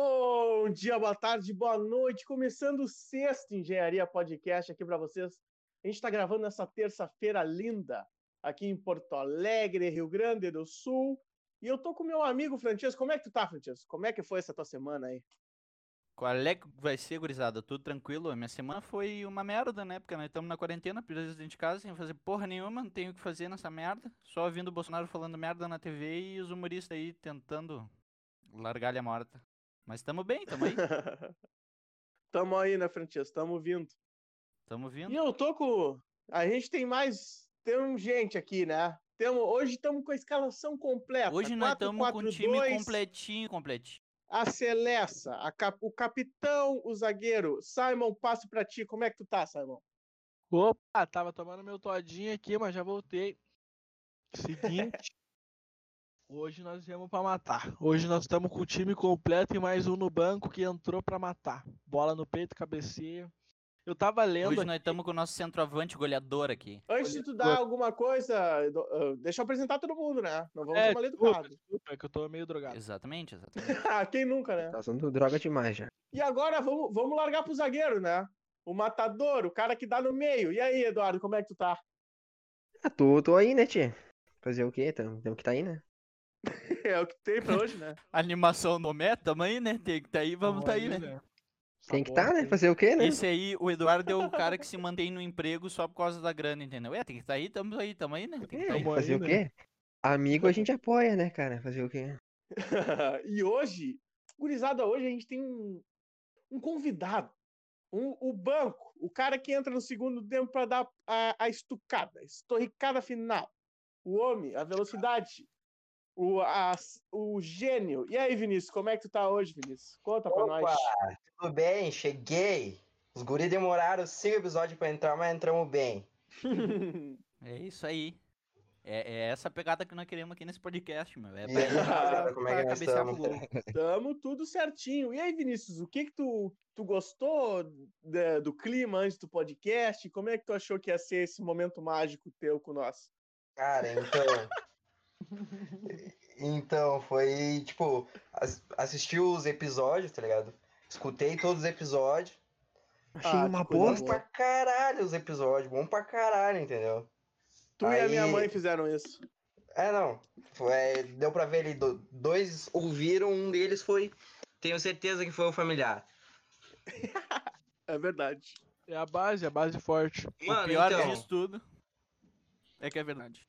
Bom dia, boa tarde, boa noite. Começando o sexto Engenharia Podcast aqui para vocês. A gente está gravando nessa terça-feira linda aqui em Porto Alegre, Rio Grande do Sul. E eu tô com meu amigo Francesco. Como é que tu tá, Francesco? Como é que foi essa tua semana aí? Qual é que vai ser, gurizada? Tudo tranquilo? Minha semana foi uma merda, né? Porque nós estamos na quarentena, presos dentro de casa, sem fazer porra nenhuma, não tenho o que fazer nessa merda. Só ouvindo o Bolsonaro falando merda na TV e os humoristas aí tentando largar a morta. Mas tamo bem, tamo aí. tamo aí, né, Francesco? Tamo vindo. Tamo vindo. E eu tô com. A gente tem mais. Tem um gente aqui, né? Tamo... Hoje estamos com a escalação completa. Hoje nós estamos com o time 2, completinho, completinho. A Celessa, a cap- o capitão, o zagueiro. Simon, passo pra ti. Como é que tu tá, Simon? Opa, tava tomando meu todinho aqui, mas já voltei. Seguinte. hoje nós viemos pra matar. Hoje nós estamos com o time completo e mais um no banco que entrou pra matar. Bola no peito, cabeceio. Eu tava lendo. Hoje aqui- nós estamos com o nosso centroavante goleador aqui. Antes de tu dar alguma coisa, do- ah, deixa eu apresentar todo mundo, né? Não vamos É, ser mal desculpa, educados. desculpa, é que eu tô meio Tá. drogado. Exatamente, exatamente. Ah, quem nunca, né? Tá usando droga demais já. E agora vamos, vamos largar pro zagueiro, né? O matador, o cara que dá no meio. E aí, Eduardo, como é que tu tá? Ah, tô, tô aí, né, tia? Fazer o quê? Tamo, tamo que tá aí, né? É o que tem pra hoje, né? Animação no meta, tamo aí, né? Tem que tá aí, vamos tá aí, né? Tem que Essa tá, bola né? tem- Fazer o quê, né? Esse aí, o Eduardo é o cara que se mantém no emprego só por causa da grana, entendeu? É, tem que estar aí, tamo aí, tamo aí, né? Tem que É, tá aí. tamo fazer aí, o né? quê? Amigo a gente apoia, né, cara? Fazer o quê? e hoje, gurizada, hoje a gente tem um, um convidado. Um- o banco, o cara que entra no segundo tempo pra dar a, a estucada, a estorricada final. O homem, a velocidade, o, a- o gênio. E aí, Vinícius, como é que tu tá hoje, Vinícius? Conta pra Opa! nós. Tudo bem, cheguei. Os guris demoraram cinco episódios pra entrar, mas entramos bem. É isso aí. É, é essa pegada que nós queremos aqui nesse podcast, meu. É pra E aí, rapaziada, como é que pra nós cabecear pro tamo? gol. Tamo tudo certinho. E aí, Vinícius, o que que tu, tu gostou da- do clima antes do podcast? Como é que tu achou que ia ser esse momento mágico teu com nós? Cara, então. então, foi tipo, as- assisti os episódios, tá ligado? Escutei todos os episódios. Achei Ah, uma tipo, que coisa boa boa. pra caralho os episódios. Bom pra caralho, entendeu? Tu e a minha Aí- mãe fizeram isso. É, não. Foi- deu pra ver ali. do- dois ouviram, um deles foi. Tenho certeza que foi o familiar. É verdade. É a base, a base forte. O Mano, pior então. disso tudo é que é verdade.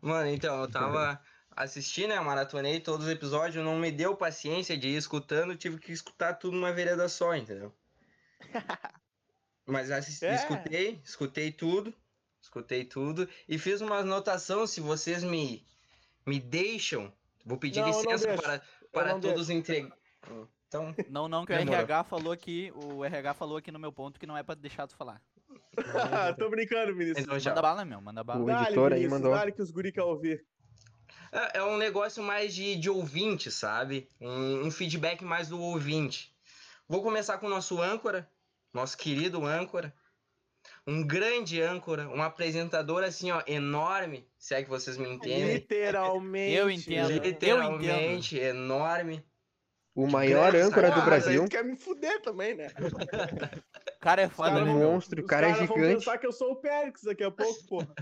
Mano, então, eu tava assistindo, né? Maratonei todos os episódios, não me deu paciência de ir escutando, tive que escutar tudo numa vereda só, entendeu? Mas assis- É. escutei, escutei tudo, escutei tudo, e fiz uma anotação, se vocês me, me deixam, vou pedir Não, eu não licença deixo, para, para não deixo. todos entregar. Então, Não, não, que o Demorou. RH falou aqui, o RH falou aqui no meu ponto que não é pra deixar tu falar. É Tô brincando, Vinícius. então já. Manda bala, meu, manda bala. O Dá-lhe, editor aí Vinícius, mandou. dá-lhe que os guri quer ouvir. É é um negócio mais de, de ouvinte, sabe? Um, um feedback mais do ouvinte. Vou começar com o nosso âncora, nosso querido âncora. Um grande âncora, um apresentador assim, ó, enorme, se é que vocês me entendem. Literalmente. Eu entendo. eu Literalmente enorme. O maior grande âncora do sacada, Porra, mas é aí Brasil. tu quer me fuder também, né? O cara é foda, caras né, vão- meu? um Monstro, o Os cara é caras vão gigante. pensar que eu sou o Périx daqui a pouco, porra.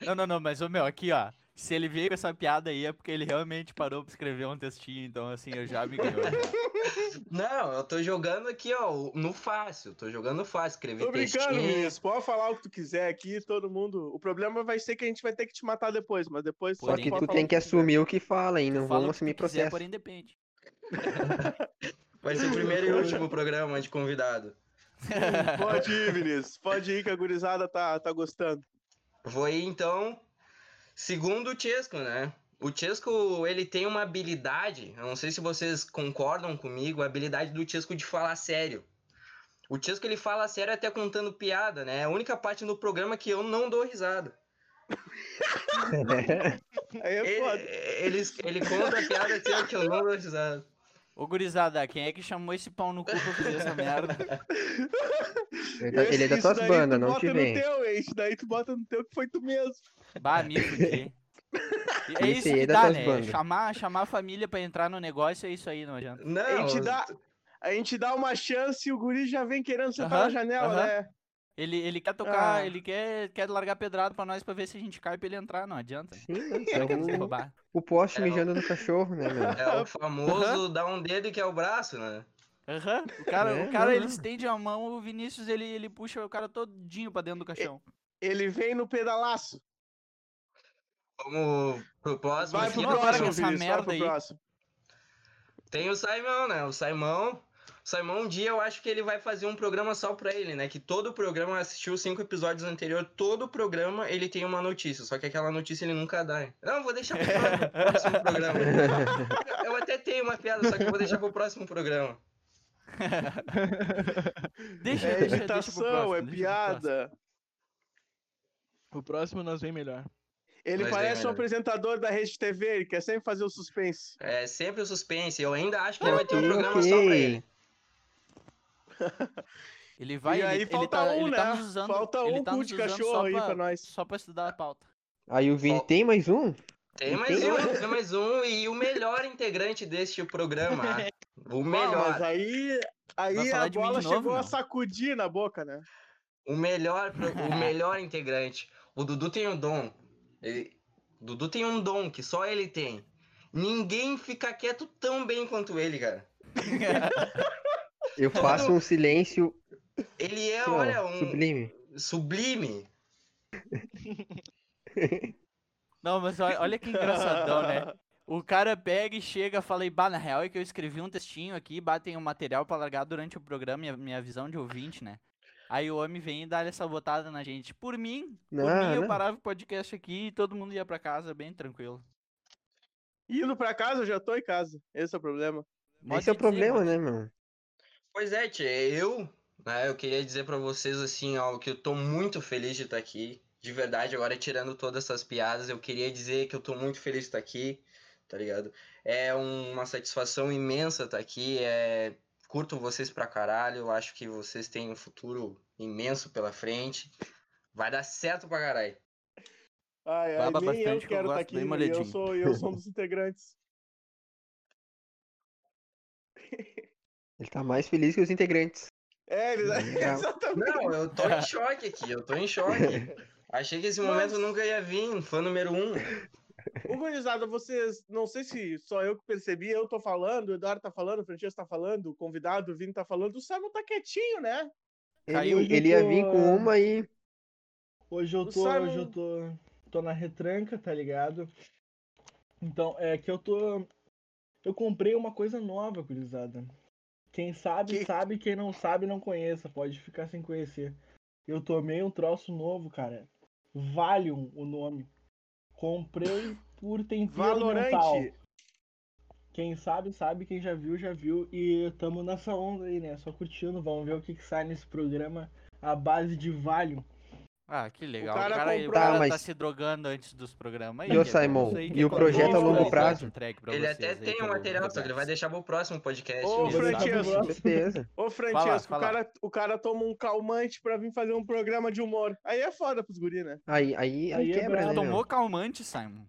Não, não, não, mas o meu, aqui, ó. Se ele veio com essa piada aí é porque ele realmente parou pra escrever um textinho, então assim, eu já me ganhou. Não, eu tô jogando aqui, ó, no fácil. Tô jogando fácil, escrevi Tô brincando, textinho. Vinícius. Pode falar o que tu quiser aqui, todo mundo. O problema vai ser que a gente vai ter que te matar depois, mas depois Só tu Pô, Só nem que pode tu falar tem o que quiser. assumir o que fala, hein? Não Fala o vamos que tu assumir quiser, processo. porém depende. Vai ser o primeiro e último programa de convidado. Pode ir, Vinícius. Pode ir que a gurizada tá, tá gostando. Vou aí então, segundo o Chesco, né? O Chesco, ele tem uma habilidade, eu não sei se vocês concordam comigo, a habilidade do Chesco de falar sério. O Chesco, ele fala sério até contando piada, né? É a única parte do programa que eu não dou risada. Aí é Ele, foda. ele, ele conta a piada até que eu não dou risada. Ô, gurizada, quem é que chamou esse pau no cu pra fazer essa merda? Ele, tá- ele é Esse- das isso tuas daí bandas, tu não bota te no vem. Teu, hein? Isso daí tu bota no teu que foi tu mesmo. Bah, me fudi. E É isso Esse tá que aí é da dá, tuas né? bandas. Chamar, chamar a família pra entrar no negócio é isso aí, não adianta. Não, A gente dá. A gente dá uma chance e o guri já vem querendo sentar Aham, na janela, aham. né? Ele, ele quer tocar, Ah. ele quer, quer largar pedrada pra nós pra ver se a gente cai pra ele entrar, não adianta. Sim, né? Ele quer nos É o, roubar. o poste É o- mijando no cachorro, né, meu? É o famoso dar um dedo que é o braço, né? Aham, o cara, É, o cara não, ele não. estende a mão, o Vinícius ele, ele puxa o cara todinho pra dentro do caixão. Ele vem no pedalaço. Como pro próximo Vai pro filho, para com próximo, essa Vinícius, vai merda pro aí. próximo. Tem o Saimão, né? O Saimão. O Saimão, um dia eu acho que ele vai fazer um programa só pra ele, né? Que todo programa assistiu os cinco episódios anteriores, todo programa ele tem uma notícia, só que aquela notícia ele nunca dá. hein? Não, vou deixar pro próximo- próximo programa. Eu até tenho uma piada, só que eu vou deixar pro próximo programa. Deixa, É deixa, deixa pro imitação, próximo, é deixa pro próximo. piada. O próximo nós vem melhor. Ele Mas é parece um melhor. apresentador da Rede TV, ele quer sempre fazer o suspense. É sempre o suspense. Eu ainda acho que ele vai ter um Ok, programa só pra ok. ele. Ele vai, E aí ele, ele falta tá, um, ele né? tá nos usando, Falta ele um tá cu nos de usando cachorro só aí pra pra nós. Só pra estudar a pauta. Aí o Vini, Ó. tem mais um? Tem mais Tem um, tem mais um. E o melhor integrante deste programa. O Ah, melhor. mas aí, aí Vai a falar de mim de bola novo, chegou a não? sacudir na boca, né? O melhor, pro- o melhor integrante. O Dudu tem um dom. Ele- Dudu tem um dom que só ele tem. Ninguém fica quieto tão bem quanto ele, cara. Eu faço um silêncio Ele é, assim, ó, olha, um sublime. sublime. Não, mas olha, olha que engraçadão, né? O cara pega e chega, falei, bah, na real é que eu escrevi um textinho aqui, batem um material pra largar durante o programa, minha, minha visão de ouvinte, né? Aí o homem vem e dá essa botada na gente. Por mim, por Não, né?" mim eu não. parava o podcast aqui e todo mundo ia pra casa bem tranquilo. Indo pra casa, eu já tô em casa. Esse é o problema. Pode Esse é o dizer, problema, pode- né, meu? Pois é, tia, eu, né, eu queria dizer pra vocês assim, ó, que eu tô muito feliz de estar aqui. De verdade, agora tirando todas essas piadas, eu queria dizer que eu tô muito feliz de estar aqui, tá ligado? É um- uma satisfação imensa estar aqui. É... Curto vocês pra caralho, eu acho que vocês têm um futuro imenso pela frente. Vai dar certo pra caralho. Ai, ai, Baba nem eu bastante que eu quero estar gosto, aqui. bem E eu molhadinho. sou, e eu sou um dos integrantes. Ele tá mais feliz que os integrantes. É, eles... Legal. exatamente. Não, eu tô em choque aqui, eu tô em choque. Achei que esse momento nunca ia vir, fã número um. Ô, gurizada, vocês, não sei se só eu que percebi, eu tô falando, o Eduardo tá falando, o Francesco tá falando, o convidado, o Vini tá falando, o Samuel tá quietinho, né? Caiu. Ele, ele ia vir com uma e. Hoje eu O tô, Simon- hoje eu tô, tô na retranca, tá ligado? Então, é que eu tô. Eu comprei uma coisa nova, gurizada. Quem sabe, Que- sabe, quem não sabe, não conheça. Pode ficar sem conhecer. Eu tomei um troço novo, cara. Valium, o nome. Comprei por tempero mental. Valorante. Quem sabe, sabe. Quem já viu, já viu. E tamo nessa onda aí, né? Só curtindo. Vamos ver o que, que sai nesse programa. A base de Valium. Ah, que legal. O cara cara, comprou- o cara Tá, tá, mas- se drogando antes dos programas. E o Simon? E o projeto a é longo prazo? Ele até tem um material, só que ele vai deixar pro próximo É, podcast. Ô, mesmo. Exato. Francesco, Com certeza. Ô, Francesco, O, tá fala. cara, o cara toma um calmante pra vir fazer um programa de humor. Aí é foda pros guri, né? Aí, aí, aí Aí é quebra, brabo. né? meu? Tomou calmante, Simon.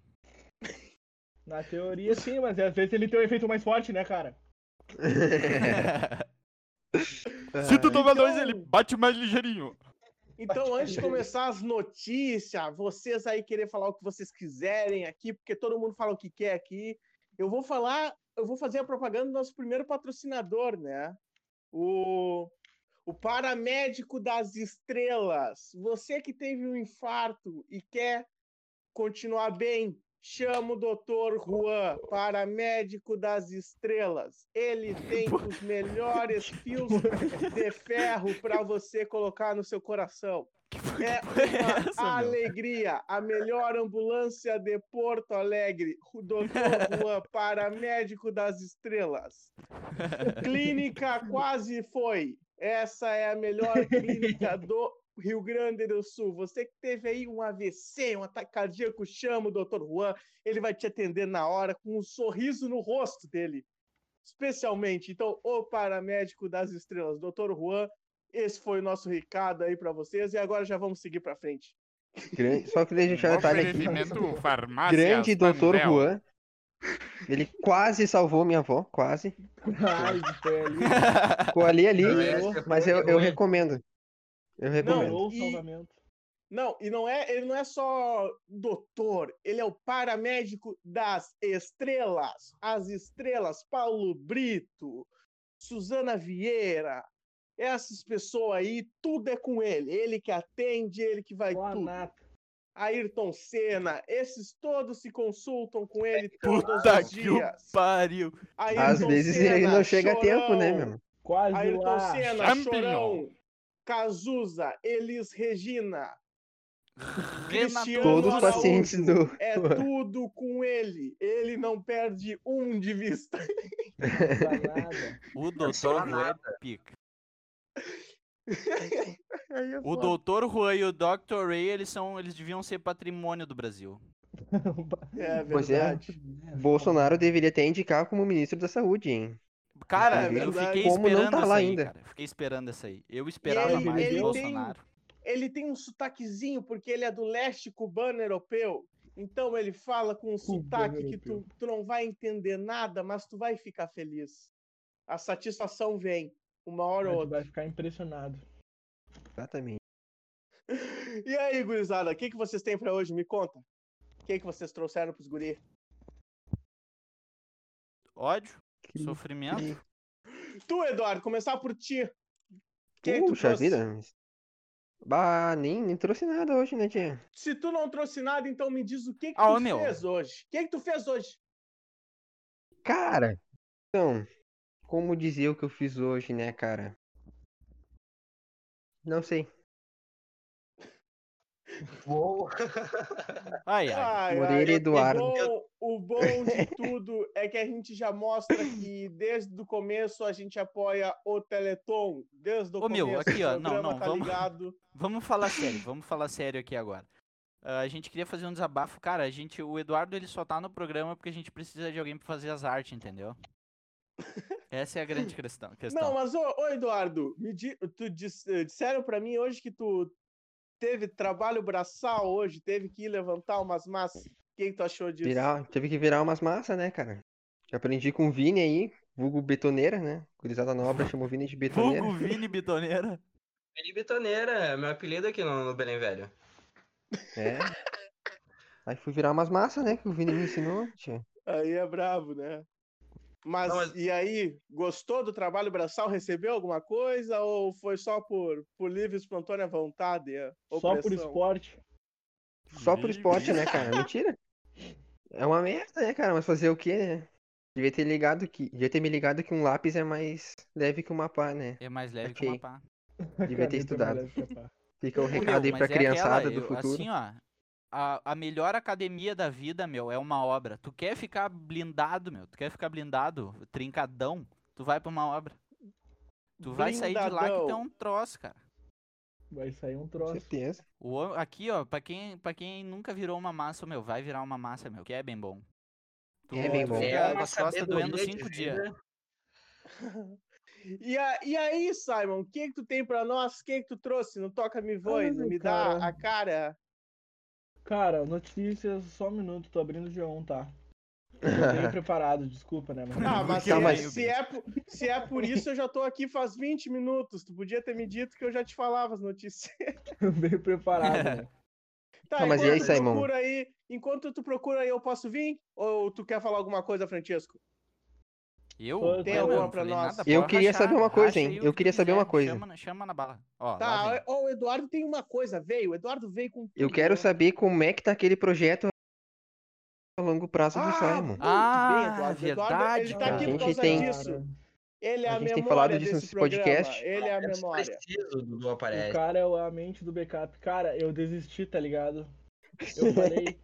Na teoria, sim, mas às vezes ele tem um efeito mais forte, né, cara? se tu tomar Então- dois, ele bate mais ligeirinho. Então, antes de começar as notícias, vocês aí querer falar o que vocês quiserem aqui, porque todo mundo fala o que quer aqui. Eu vou falar, eu vou fazer a propaganda do nosso primeiro patrocinador, né? O, o paramédico das estrelas. Você que teve um infarto e quer continuar bem, chama o doutor Juan, paramédico das estrelas. Ele tem os melhores fios de ferro para você colocar no seu coração. Que porra É é uma essa, meu? alegria, a melhor ambulância de Porto Alegre, o Dr. Juan, paramédico das estrelas. Clínica quase foi. Essa é a melhor clínica do Rio Grande do Sul. Você que teve aí um AVC, um ataque cardíaco, chama o Dr. Juan, ele vai te atender na hora com um sorriso no rosto dele. Especialmente, então, o paramédico das estrelas, Dr. Juan, esse foi o nosso recado aí pra vocês e agora já vamos seguir pra frente. tá, Grande- Só que deixa eu deixar um detalhe aqui. Oferecimento farmácia Grande doutor Juan. Ele quase salvou minha avó, quase. Ai, Então, foi ali. Ficou ali, ali. Não, essa foi Mas eu, eu ruim. recomendo. Eu recomendo. Não, Ou e- salvamento. Não, e não é, ele não é só doutor, ele é o paramédico das estrelas. As estrelas, Paulo Brito, Suzana Vieira, essas pessoas aí, tudo é com ele. Ele que atende, ele que vai Boa tudo. nata. Ayrton Senna, esses todos se consultam com ele todos Puta os que o dias. pariu. Às Ayrton vezes Senna, ele não chega a tempo, né, Chorão, meu? Quase Ayrton lá. Senna, Champignon. Chorão, Cazuza, Elis Regina, Cristiano Todos os Araújo. pacientes um do. É tudo com ele. Ele não perde um de vista. Danada. O Só doutor Juan é nada. pica. Aí é O foda. doutor Juan e o Dr. Ray, eles são. Eles deviam ser patrimônio do Brasil. É Pois é. verdade. Bolsonaro deveria até indicar como ministro da saúde, hein? É Cara, eu verdade. fiquei Como não esperando tá essa lá aí, ainda? cara. Fiquei esperando essa aí. Eu esperava ele- mais do ele tem- Bolsonaro. Ele tem um sotaquezinho, porque ele é do leste cubano europeu. Então ele fala com um sotaque que tu, tu não vai entender nada, mas tu vai ficar feliz. A satisfação vem, uma hora ou Mas tu outra. vai ficar impressionado. Exatamente. E aí, gurizada, o que, que vocês têm pra hoje? Me conta. O que, que vocês trouxeram pros guri? Ódio, Que- sofrimento. que- Tu, Eduardo, começar por ti. O que que tu Puxa trouxe? vida. Bah, nem, nem trouxe nada hoje, né, tia? Se tu não trouxe nada, então me diz o que, que Ah, tu ô, meu. fez hoje. O que, que tu fez hoje? Cara, então, como dizer o que eu fiz hoje, né, cara? Não sei. Ai, ai. Ah, Moreira e Eduardo. é bom- o bom de tudo é que a gente já mostra que desde o começo a gente apoia o Teleton. Desde o Ô, começo meu, aqui, o ó, não, programa não, tá vamos- ligado. Vamos falar sério, vamos falar sério aqui agora. Ah, a gente queria fazer um desabafo, cara. A gente, o Eduardo ele só tá no programa porque a gente precisa de alguém pra fazer as artes, entendeu? Essa é a grande questão. Não, questão. mas ô, ô, Eduardo, me di- tu dis- eh, disseram pra mim hoje que tu teve trabalho braçal hoje, teve que ir levantar umas massas. O que, que tu achou disso? Virar, tive que virar umas massas, né, cara? Já aprendi com o Vini aí, vulgo betoneira, né? Curizada nova chamou o Vini de betoneira. Vulgo Vini Bitoneira. Ele Bitoneira, é meu apelido aqui no, no Belém Velho. É. Aí fui virar umas massas, né? Que o Vini me ensinou, tia. Aí é brabo, né? Mas, Não, mas- e aí, gostou do trabalho braçal? Recebeu alguma coisa ou foi só por, por livre e espontânea vontade? é, Só por opressão? esporte. Só por Vive. esporte, né, cara? Mentira. É uma merda, né, cara? Mas fazer o quê, né? Devia ter ligado que. Devia ter me ligado que um lápis é mais leve que uma pá, né? É mais leve que Ok. uma pá. Devia ter Caneta amarela estudado. de capar. Fica o Ô, recado meu, aí pra mas é criançada aquela, do eu- futuro. Assim, ó, a, a melhor academia da vida, meu, é uma obra. Tu quer ficar blindado, meu, tu quer ficar blindado, trincadão, tu vai pra uma obra. Tu vai sair de lá que tá Blindadão. um troço, cara. Vai sair um Com troço. certeza. O hom- aqui, ó, pra quem, pra quem nunca virou uma massa, meu, vai virar uma massa, meu, que é bem bom. Tu, É bem tu bom. fica É com uma as costas sabedoria doendo de cinco dias. vida. E, a- e aí, Simon, o que, que tu tem pra nós? O que, que tu trouxe? Não toca, me voe, não Ai, me dá cara. a cara. Cara, notícias, só um minuto, tô abrindo o G1, tá? Tô bem preparado, desculpa, né, mano? Ah, mas, Porque eu se- leio, se, é, po- se é por isso, eu já tô aqui faz 20 minutos. Tu podia ter me dito que eu já te falava as notícias. Tô bem preparado, né? Tá, Tá, mas e aí, enquanto tu Simon? procura aí- enquanto tu procura aí, eu posso vir? Ou tu quer falar alguma coisa, Francisco? Eu? Tem Eu alguma não pra falei nós? nada, Eu pode queria saber uma coisa, racha hein? aí o Eu que tu queria saber quiser, uma coisa. Chama, na- chama na bala. Ó, lá vem. Tá, ó, o Eduardo tem uma coisa, veio. O Eduardo veio com. né? Eu quero saber como é que tá aquele projeto a longo prazo do Ah, Simon. muito Ah, bem, Eduardo. Eduardo, ele verdade, tá aqui por cara. A gente causa tem- disso. Ele é a, a gente memória tem falado disso desse nesse podcast. programa. Ele é a Eu memória. preciso do Dudu O aparece. cara é a mente do backup. Cara, eu desisti, tá ligado? Eu falei,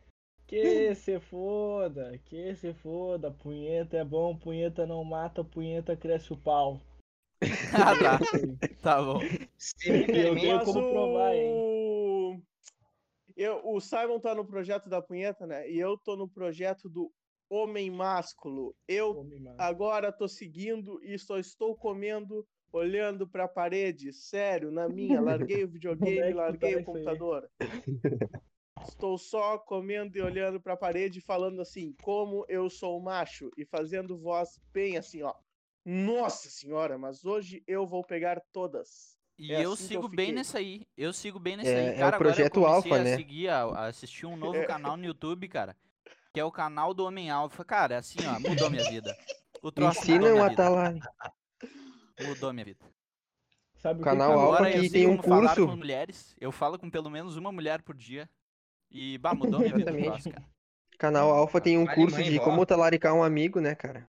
que se foda, que se foda, punheta é bom, punheta não mata, punheta cresce o pau. Ah, tá. Tá bom. Se me Eu tenho permite, Mas como o- provar, Eu- o Simon tá no projeto da punheta, né? E eu tô no projeto do homem másculo. Eu Homem, mano. agora tô seguindo e só estou comendo olhando pra parede, sério, na minha. Larguei o Como é videogame, que tu tá larguei o nisso aí? computador. Estou só comendo e olhando para a parede, falando assim, como eu sou macho, e fazendo voz bem assim, ó. Nossa senhora, mas hoje eu vou pegar todas. E É eu assim que eu sigo fiquei. bem nessa aí. Eu sigo bem nessa É- é aí. o Cara, projeto agora eu comecei Alpha, a né? É. seguir, a, a assistir um novo canal no YouTube, cara. Que é o canal do Homem Alfa. Cara, assim, ó, mudou minha vida. O troço mudou Ensinam minha a vida. talar. Mudou minha vida. Sabe o que Canal que- Alpha Agora eu que sei tem um como falar curso. com mulheres. Eu falo com pelo menos uma mulher por dia. E, bah, mudou minha vida o troço, Exatamente. cara. Canal Alpha tem um Vale curso mãe, de vó. como talaricar um amigo, né, cara?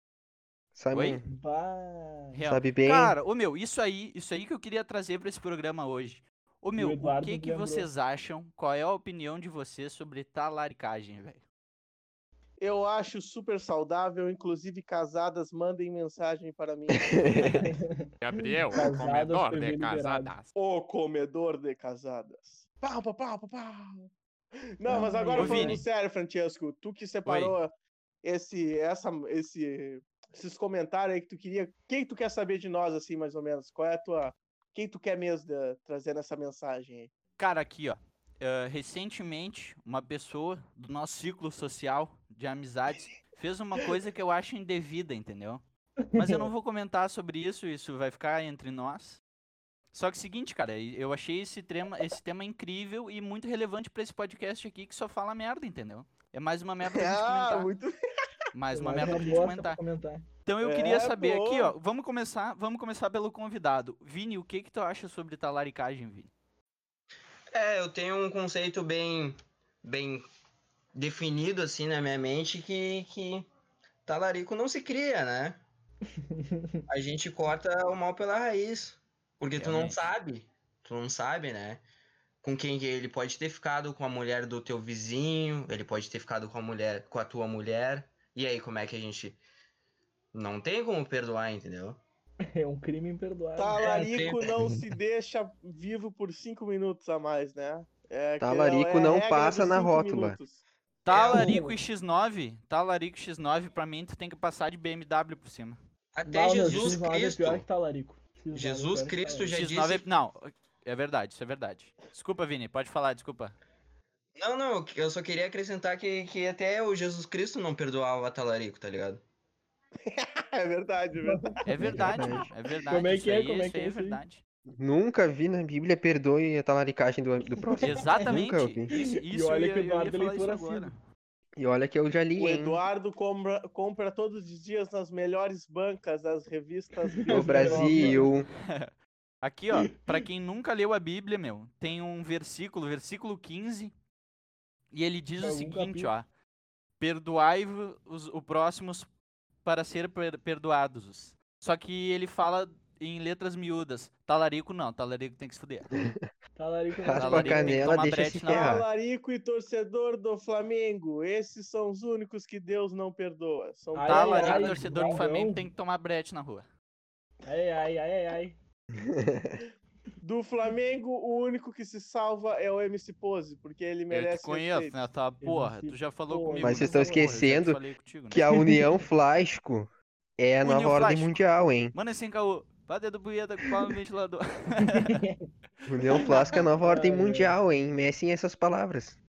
Sabe, um, Oi? Bah. Real. sabe bem. Cara, ô meu, isso aí, isso aí que eu queria trazer pra esse programa hoje. Ô meu, o Eduardo que que lembrou. vocês acham? Qual é a opinião de vocês sobre talaricagem, velho? Eu acho super saudável, inclusive casadas mandem mensagem para mim. É, Gabriel, Casadas, comedor TV de liberado. casadas. o comedor de casadas. Pau, pau, pau, pau, pau. Não, mas agora Ô, falando Vini. sério, Francesco, tu que separou esse, essa, esse, esses comentários aí que tu queria, quem tu quer saber de nós, assim, mais ou menos? Qual é a tua, quem tu quer mesmo eh, trazer nessa mensagem aí? Cara, aqui, ó. ah, recentemente, uma pessoa do nosso ciclo social de amizades fez uma coisa que eu acho indevida, entendeu? Mas eu não vou comentar sobre isso, isso vai ficar entre nós. Só que é seguinte, cara, e- eu achei esse tema, esse tema incrível e muito relevante pra esse podcast aqui que só fala merda, entendeu? É mais uma merda pra gente comentar. Ah, muito Mais uma Mais merda pra gente bosta pra comentar. comentar. Então eu É, queria saber aqui, boa. ó. Vamos começar, vamos começar pelo convidado. Vini, o que que tu acha sobre talaricagem, Vini? É, eu tenho um conceito bem, bem definido assim na minha mente que, que talarico não se cria, né? A gente corta o mal pela raiz, porque tu não Realmente. sabe, tu não sabe, né? Com quem que ele pode ter ficado com a mulher do teu vizinho, ele pode ter ficado com a mulher, com a tua mulher. E aí, como é que a gente não tem como perdoar, entendeu? É um crime imperdoável. Talarico tá não se deixa vivo por cinco minutos a mais, né? É, que é- Talarico é a Tá não regra passa dos na cinco rótula. minutos. É Talarico um e X9, Talarico e X9, pra mim, tu tem que passar de BMW por cima. Até Não, meu, Jesus X9 Cristo. É pior que talarico. X9 é Jesus pior que Cristo talarico. já X9 é... disse- Não, é verdade, isso é verdade. Desculpa, Vini, pode falar, desculpa. Não, não, eu- eu só queria acrescentar que, que até o Jesus Cristo não perdoava talarico, tá ligado? É verdade, é verdade. É verdade, verdade. é verdade. Como é isso que é? aí, Como é isso que é aí é isso aí? verdade. Nunca vi na Bíblia perdoe a talaricagem do, do próximo. Exatamente. Nunca ouvi. Isso, E isso eu olha ia, que o eu ia Eduardo é falar isso leitor agora. assíduo. E olha que eu já li, O hein? Eduardo compra, compra todos os dias nas melhores bancas das revistas No Bíblia. Brasil. Aqui, ó, pra quem nunca leu a Bíblia, meu, tem um versículo, versículo 15, e ele diz o Algum seguinte, É um capítulo. ó. Perdoai os o próximos para ser per- perdoados. Só que ele fala em letras miúdas. Talarico não, talarico tem que se fuder. Talarico não. Raspa Talarico a então. tem que canela, tomar deixa brete se na hora. ferrar. Talarico e torcedor do Flamengo, esses são os únicos que Deus não perdoa. São Ai, ai, Talarico, ai, torcedor do não, Flamengo, não. tem que tomar brete na rua. Ai, ai, ai, ai, ai. do Flamengo, o único que se salva é o MC Pose, porque ele Eu merece te conheço, respeito. né? Tá, porra, disse, tu já falou porra. comigo. Mas vocês nessa estão porra, eu já te esquecendo falei contigo, Que né? a União Flasco é a União nova ordem Flasco. mundial, hein? Mano, esse encaô. Vá dedo punheta com o pau no ventilador. União Flasco é a nova ordem Ai, ai. mundial, hein? Messem essas palavras.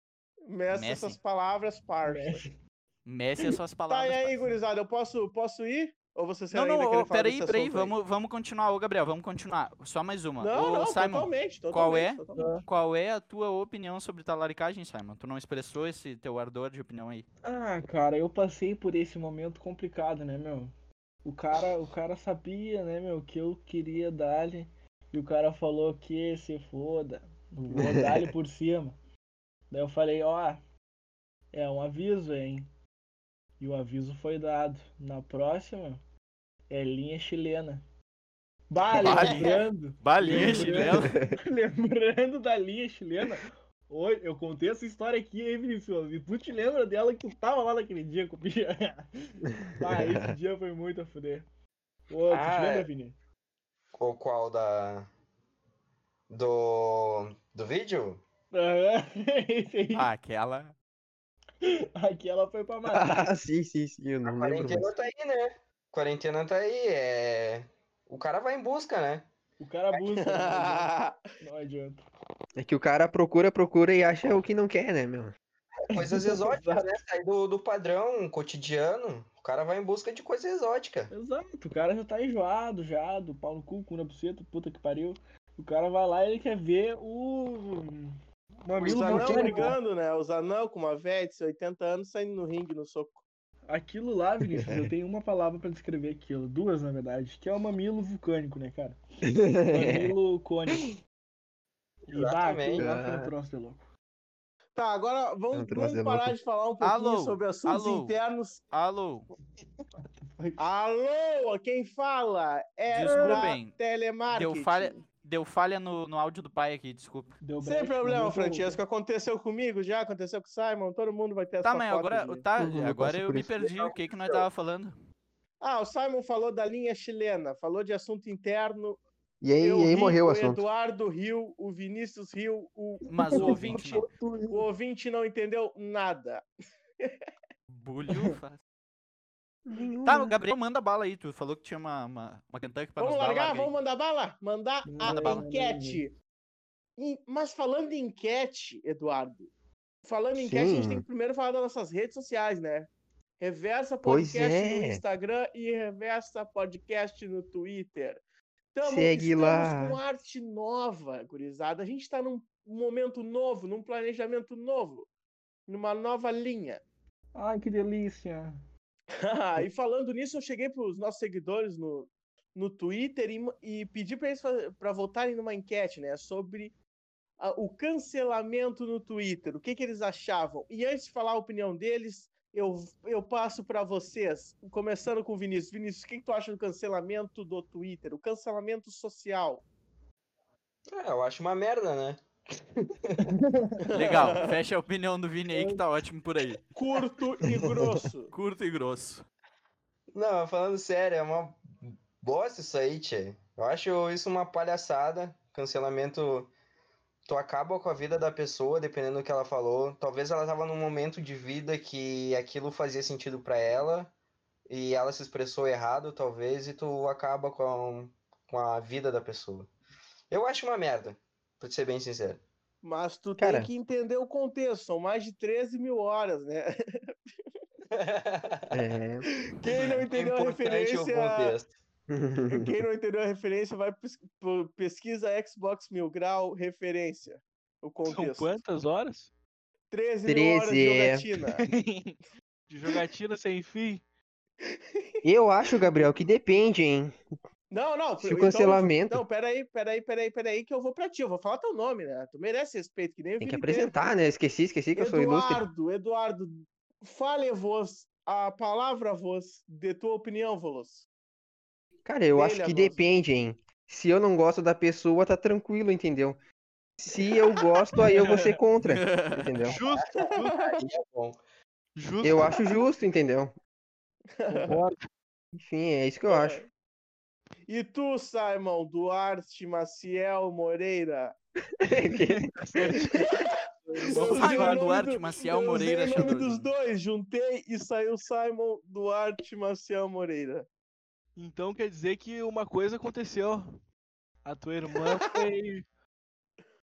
Mestre, Messi. essas palavras, parça. Messi é as suas Tá, palavras. e aí, parceiro. gurizada, eu posso, posso ir? Ou vocês Não, ainda não, querem ô, falar peraí, desse peraí, assunto aí? vamos, vamos continuar, ô Gabriel, vamos continuar. Só mais uma. Não, ô não, Simon, totalmente, totalmente. qual é? totalmente. qual é a tua opinião sobre talaricagem, Simon? Tu não expressou esse teu ardor de opinião aí. Ah, cara, eu passei por esse momento complicado, né, meu? O cara, o cara sabia, né, meu, que eu queria dar-lhe. E o cara falou que se foda. Vou dar-lhe por cima. Daí eu falei, ó, é um aviso, hein? E o aviso foi dado. Na próxima é linha chilena. Bah, Bah, lembrando. Balinha chilena. Lembrando da linha chilena. Oi, eu contei essa história aqui, hein, Vinicius? E tu te lembra dela que tu tava lá naquele dia com o Bia? Ah, esse dia foi muito a fuder. Ô, tu Ah, te lembra, é. Vini? Qual, qual da. Do. Do vídeo? Aham, esse aí. Ah, aquela. Aquela foi pra matar. Ah, sim, sim, sim, eu não lembro. Quarentena tá aí, né? Quarentena tá aí. É... O cara vai em busca, né? O cara busca. né, Não adianta. É que o cara procura, procura e acha o que não quer, né, meu? Coisas exóticas, né? Sair do, do padrão cotidiano. O cara vai em busca de coisa exótica. Exato, o cara já tá enjoado, já, do pau no cu, cu na buceta, puta que pariu. O cara vai lá e ele quer ver o. Os Mamilo é tá é anão um um Botânico. brigando, é né? Os anão com uma velha de 80 anos saindo no ringue no soco. Aquilo lá, Vinícius, eu tenho uma palavra pra descrever aquilo, duas na verdade, que é o mamilo vulcânico, né, cara? Mamilo cônico. E Tá bah, aquilo lá foi um troço de louco. Tá, agora Eu vamos, tô vamos fazendo parar louco. de falar um pouquinho Alô, sobre assuntos alô. internos. Alô, Alô, quem fala? É Desculpem, da telemarketing. deu falha, deu falha no, no áudio do pai aqui, desculpa. Deu Sem break, problema, mandou pra outra. Francesco. Aconteceu comigo já, aconteceu com o Simon. Todo mundo vai ter essa Tá, mas foto agora, de- tá, Todo mundo agora passa eu por me isso. perdi. O que que nós tava falando? Ah, o Simon falou da linha chilena, falou de assunto interno. E aí, eu e aí ri, morreu o o assunto. Eduardo riu, o Vinícius riu, o, Mas o ouvinte não. o ouvinte não entendeu nada. Bulhufa. Tá, o Gabriel manda bala aí. Tu falou que tinha uma, uma, uma Kentucky pra vamos nos dar, largar, larga aí. vamos mandar bala? Mandar Manda a bala. enquete. E- mas falando em enquete, Eduardo, falando em enquete, a gente Sim. tem que primeiro falar das nossas redes sociais, né? Reversa Pois Podcast no é. Instagram e Reversa Podcast no Twitter. Tamo, Segue estamos lá. com arte nova, gurizada. A gente tá num momento novo, num planejamento novo, numa nova linha. Ai, que delícia. Ah, e falando nisso, eu cheguei para os nossos seguidores no, no Twitter e, ma- e pedi para eles para votarem numa enquete, né, sobre a- o cancelamento no Twitter, o que, que eles achavam. E antes de falar a opinião deles, eu, eu passo para vocês, começando com o Vinícius. Vinícius, o que, que tu acha do cancelamento do Twitter, o cancelamento social? É, eu acho uma merda, né? Legal, fecha a opinião do Vini aí que tá ótimo por aí. Curto e grosso. Curto e grosso. Não, falando sério, é uma bosta isso aí, tchê. Eu acho isso uma palhaçada. Cancelamento. Tu acaba com a vida da pessoa, dependendo do que ela falou. Talvez ela tava num momento de vida que aquilo fazia sentido pra ela. E ela se expressou errado, talvez, e tu acaba com a, com a vida da pessoa. Eu acho uma merda, pra te ser bem sincero. Mas tu Cara. tem que entender o contexto, são mais de 13 mil horas, né? É. Quem não É entendeu a importante o referência... contexto. Quem não entendeu a referência, vai pes- pô- pesquisa Xbox Mil Grau, referência. O São contexto. quantas horas? 13 mil horas de 13, é. jogatina. De jogatina sem fim? Eu acho, Gabriel, que depende, hein? Não, não. Se o então- cancelamento. Não, peraí, peraí, peraí, peraí, que eu vou pra ti. Eu vou falar teu nome, né? Tu merece respeito, que nem o Tem que Vini apresentar, né? Esqueci, esqueci que eu sou ilustre. Eduardo, Eduardo, fale voz, a palavra voz, de tua opinião, Volos. Cara, eu acho dele que agora. depende, hein? Se eu não gosto da pessoa, tá tranquilo, entendeu? Se eu gosto, aí eu vou ser contra, entendeu? Justo, Aí é bom. justo. Eu acho justo, entendeu? Enfim, é isso que eu acho. E tu, Simon Duarte Maciel Moreira? Eu usei o Simon nome Duarte do- Maciel eu usei Moreira o nome dos Chadorinho. dois, juntei e saiu Simon Duarte Maciel Moreira. Então quer dizer que uma coisa aconteceu. A tua irmã foi.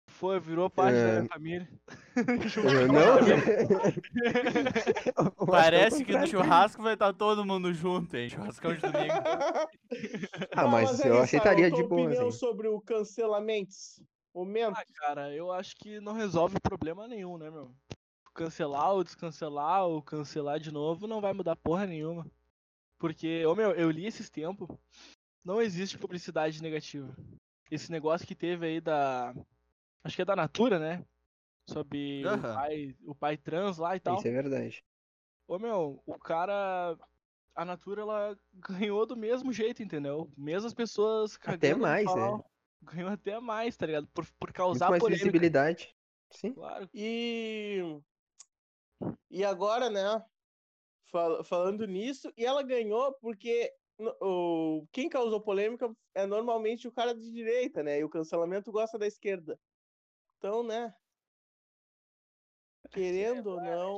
Foi, virou parte da minha família. Eu não. Parece que no churrasco vai estar todo mundo junto, hein? Churrascão de domingo. Ah, mas é eu isso, aceitaria Simon, de assim. tua boas, opinião hein? sobre o cancelamento. Momento. Ah, cara, eu acho que não resolve problema nenhum, né, meu? Cancelar ou descancelar ou cancelar de novo não vai mudar porra nenhuma. Porque, ô meu, eu li esses tempos, não existe publicidade negativa. Esse negócio que teve aí da. Acho que é da Natura, né? Sobre o, Aham. pai, o pai trans lá e tal. Isso é verdade. Ô meu, o cara. A Natura, ela ganhou do mesmo jeito, entendeu? Mesmas pessoas cagando. no mais, né? pau. Ganhou até mais, tá ligado? Por, por Muito causar mais polêmica. visibilidade. Sim. Claro. E e agora, né? fal- falando nisso, e ela ganhou porque no- o, quem causou polêmica é normalmente o cara de direita, né? E o cancelamento gosta da esquerda. Então, né? Querendo ou não.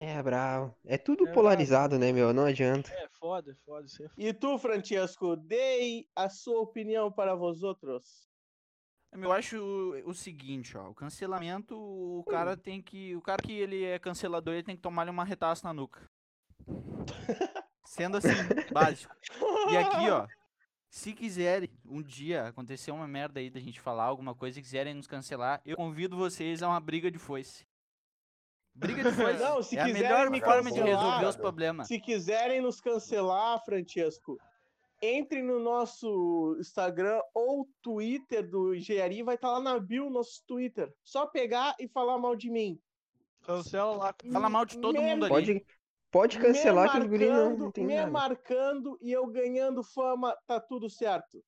É, bravo. É tudo É polarizado, né, meu? Não adianta. É, foda, é foda. Isso é E tu, Francesco, dei a sua opinião para vós outros. Eu acho o- o seguinte, ó, o cancelamento, o cara tem que, o cara que ele é cancelador, ele tem que tomar uma retaça na nuca. Sendo assim, básico. E aqui, ó. Se quiserem um dia acontecer uma merda aí da gente falar alguma coisa e quiserem nos cancelar, eu convido vocês a uma briga de foice. Briga de foice Não, se é a quiserem melhor me forma de resolver cancelar, os problemas. Se quiserem nos cancelar, Francesco, entre no nosso Instagram ou Twitter do Engenharia, vai estar lá na bio o nosso Twitter. Só pegar e falar mal de mim. Cancela lá. Fala mal de todo Me- mundo ali. Pode, pode cancelar me que os guris não, não marcando- tem Me nada. marcando e eu ganhando fama, tá tudo certo.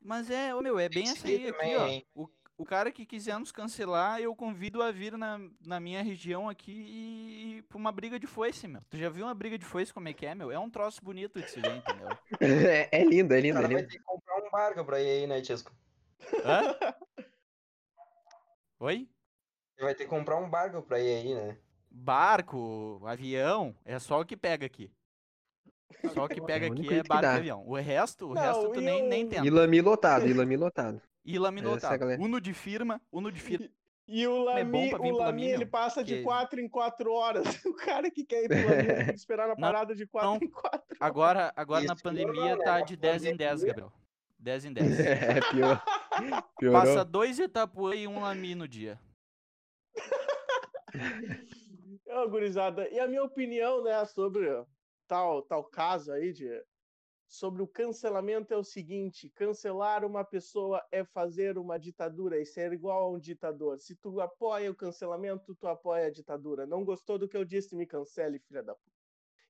Mas é, ô, meu, é bem Isso essa aí aí aqui, também, ó. hein? O, o cara que quiser nos cancelar, eu convido a vir na, na minha região aqui e, e pra uma briga de foice, meu. Tu já viu uma briga de foice como é que é, meu? É um troço bonito de se ver, entendeu? É, é lindo, é O lindo, é cara vai lindo. ter que comprar um barco pra ir aí, né, Tisco? Hã? Oi? Ele vai ter que comprar um barco pra ir aí, né? Barco, avião, é só o que pega aqui. Só o que pega É o aqui único é jeito que barco e dá. avião. O resto, o Não, resto tu nem, eu- nem tenta. Ilami lotado, Ilami lotado. E laminou, Essa tá? galera. Uno de firma, uno de firma. E o É bom Lami, pra vir o pro Lami Lami, ele meu, passa de porque- 4 em 4 horas. O cara que quer ir pro Lami ele tem que esperar na Não, parada de 4 não. em 4. Agora, agora na Isso, normal, pandemia né? tá Na de 10 em 10, pandemia. Gabriel. 10 em 10. É, pior. Piorou. Passa dois Itapuã e um Lami no dia. Ô, gurizada, e a minha opinião, né, sobre tal, tal caso aí de sobre o cancelamento é o seguinte, cancelar uma pessoa é fazer uma ditadura e ser igual a um ditador. Se tu apoia o cancelamento, tu apoia a ditadura. Não gostou do que eu disse, me cancele, filha da puta.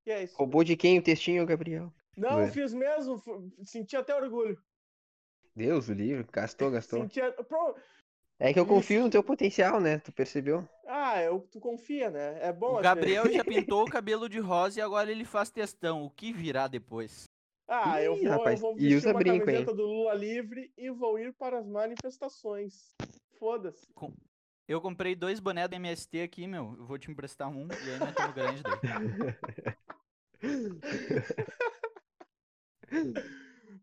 E é isso. Roubou de quem o textinho, Gabriel? Não, É. fiz mesmo, fu- senti até orgulho. Deus, o livro, gastou, gastou. Senti a- pro- É que eu confio no teu potencial, né? Tu percebeu? Ah, eu, tu confia, né? É bom O às Gabriel vezes. já pintou o cabelo de rosa e agora ele faz testão. O que virá depois? Ah, eu Ih, vou, eu rapaz, vou e vestir usa uma brinco, hein? camiseta do Lula livre e vou ir para as manifestações. Foda-se. Eu comprei dois boné do MST aqui, meu. Eu vou te emprestar um e aí nós temos grande daí.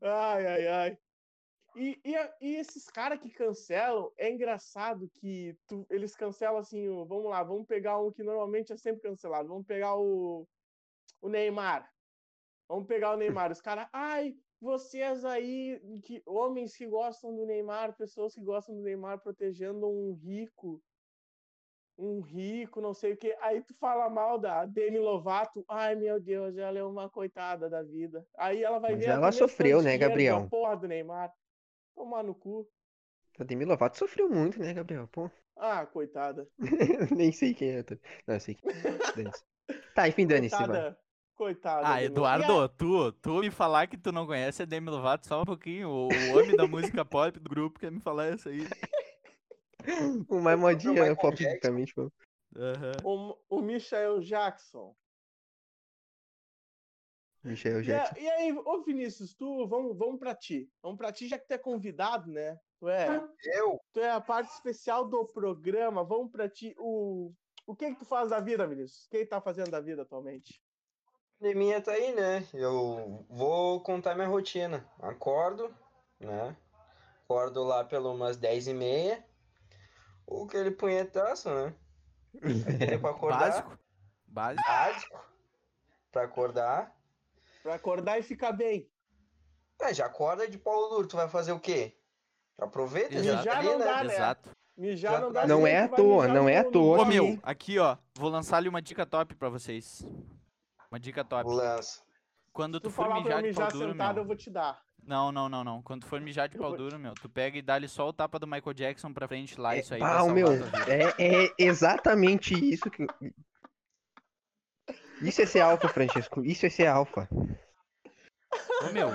Ai, ai, ai. E, e, a- e esses caras que cancelam, é engraçado que tu- eles cancelam assim, o- vamos lá, vamos pegar um que normalmente é sempre cancelado, vamos pegar o, o Neymar. Vamos pegar o Neymar. Os caras, ai, vocês aí, que, homens que gostam do Neymar, pessoas que gostam do Neymar protegendo um rico, um rico, não sei o quê. Aí tu fala mal da Demi Lovato, ai meu Deus, ela é uma coitada da vida. Aí ela vai Mas ver. ela primeira fonte sofreu, de né, dinheiro que é a Gabriel? Porra do Neymar. Tomar no cu. A Demi Lovato sofreu muito, né, Gabriel? Pô, Ah, coitada. nem sei quem é. tá? Não, eu sei quem é. Dane-se. Tá, enfim, dane-se, vai. Coitada. Coitada. Ah, Demi. E Eduardo, tu, tu me falar que tu não conhece a Demi Lovato só um pouquinho. O, o homem da música pop do grupo quer me falar isso aí. O mais modinha, né? Michael Pop, Jackson. praticamente, pô. Aham. a- o, o Michael Jackson. Michael E, a- Jackson. e aí, ô Vinícius, tu, vamos, vamos pra ti. Vamos pra ti, já que tu é convidado, né? Tu é, Eu? tu é a parte especial do programa, vamos pra ti. O, o que que tu faz da vida, Vinícius? O que que tá fazendo da vida atualmente? A pandemia tá aí, né? Eu vou contar minha rotina. Acordo, né? Acordo lá pelas umas 10 e meia. Ou aquele punhetaço, né? Aquele pra acordar. Básico. Básico. Básico. Pra acordar. Pra acordar e ficar bem. Ah, já acorda de pau duro, tu vai fazer o quê? Aproveita, já, Exato. tá Mijar ali, não né? dá, né? Exato. Mijar não dá Não jeito, é à vai toa, mijar não no- é à no toa Ô, banheiro. meu, aqui, ó. Vou lançar ali uma dica top pra vocês. Uma dica top. Lança. Quando Se tu tu for falar pra eu mijar de pau mijar duro, sentado, meu. eu vou te dar. Não, não, não, não. Quando tu for mijar de Eu pau vou- deu, meu, tu pega e dá-lhe só o tapa do Michael Jackson pra frente lá, isso aí vai Pau, salvar meu. tua vida. É, é exatamente isso que. Isso é ser alfa, Francesco. Isso é ser alfa. Ô, meu,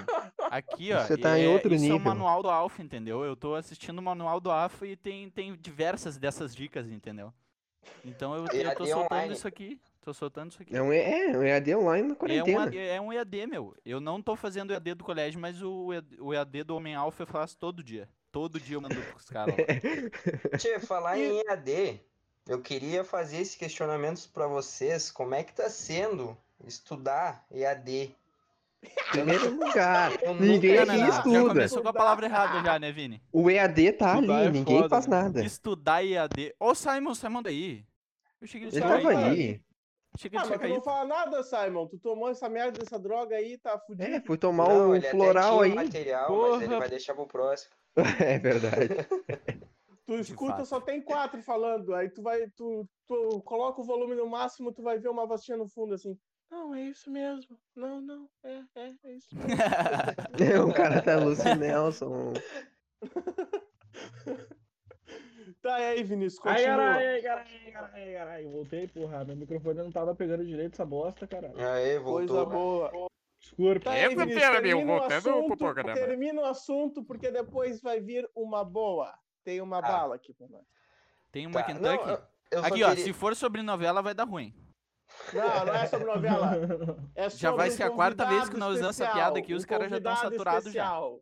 aqui, ó, Você tá em é- outro isso é o nível. manual do Alpha, entendeu? Eu tô assistindo o manual do Alpha e tem, tem diversas dessas dicas, entendeu? Então eu, E eu tô ali soltando online. isso aqui, tô soltando isso aqui. É um, é, um EAD online É na um, quarentena. A- é um EAD, meu. Eu não tô fazendo EAD do colégio, mas o EAD, o EAD do Homem Alpha eu faço todo dia. Todo dia eu mando pros caras lá. Tchê, falar E- em EAD, eu queria fazer esse questionamento pra vocês. Como é que tá sendo estudar EAD? Primeiro lugar. Eu Ninguém nunca- aqui não, não. Já estuda. começou com a palavra errada já, né, Vini? O EAD tá ali, Estudar é ninguém foda, faz né? nada. Estudar EAD. Ô, Simon, Simon daí. Eu cheguei de Ele Isso chegar aí, tava é aí. ali. Cheguei Ah, de mas chegar tu aí. não fala nada, Simon. Tu tomou essa merda dessa droga aí, tá fudido. É, fui tomar Não, um ele até floral tinha aí. o material, mas ele Porra. vai deixar pro próximo. É verdade. Tu fato. escuta, só tem quatro falando. Aí tu vai, tu, tu coloca o volume no máximo, tu vai ver uma vastinha no fundo assim. Não, é isso mesmo. Não, não, é, é, é isso mesmo. o cara tá Lúcio Nelson. tá e aí, Vinícius, Ai, continua. caralho, ai, caralho, ai, caralho, ai, caralho. Voltei, porra. Meu microfone não tava pegando direito essa bosta, cara. Aê, Coisa voltou. boa. Desculpa. Tá É, aí, Vinícius, Pantera, meu, termina o voltando pro assunto, programa. termina o assunto, porque depois vai vir uma boa. Tem uma bala aqui pra nós. Tem uma Tá, não, Kentucky. eu- eu só Aqui, ó, queria- se for sobre novela, vai dar ruim. Não, não é sobre novela. É Já sobre vai um ser a quarta vez que nós convidado usamos essa especial, um piada aqui, os caras já tão convidado saturados já. especial.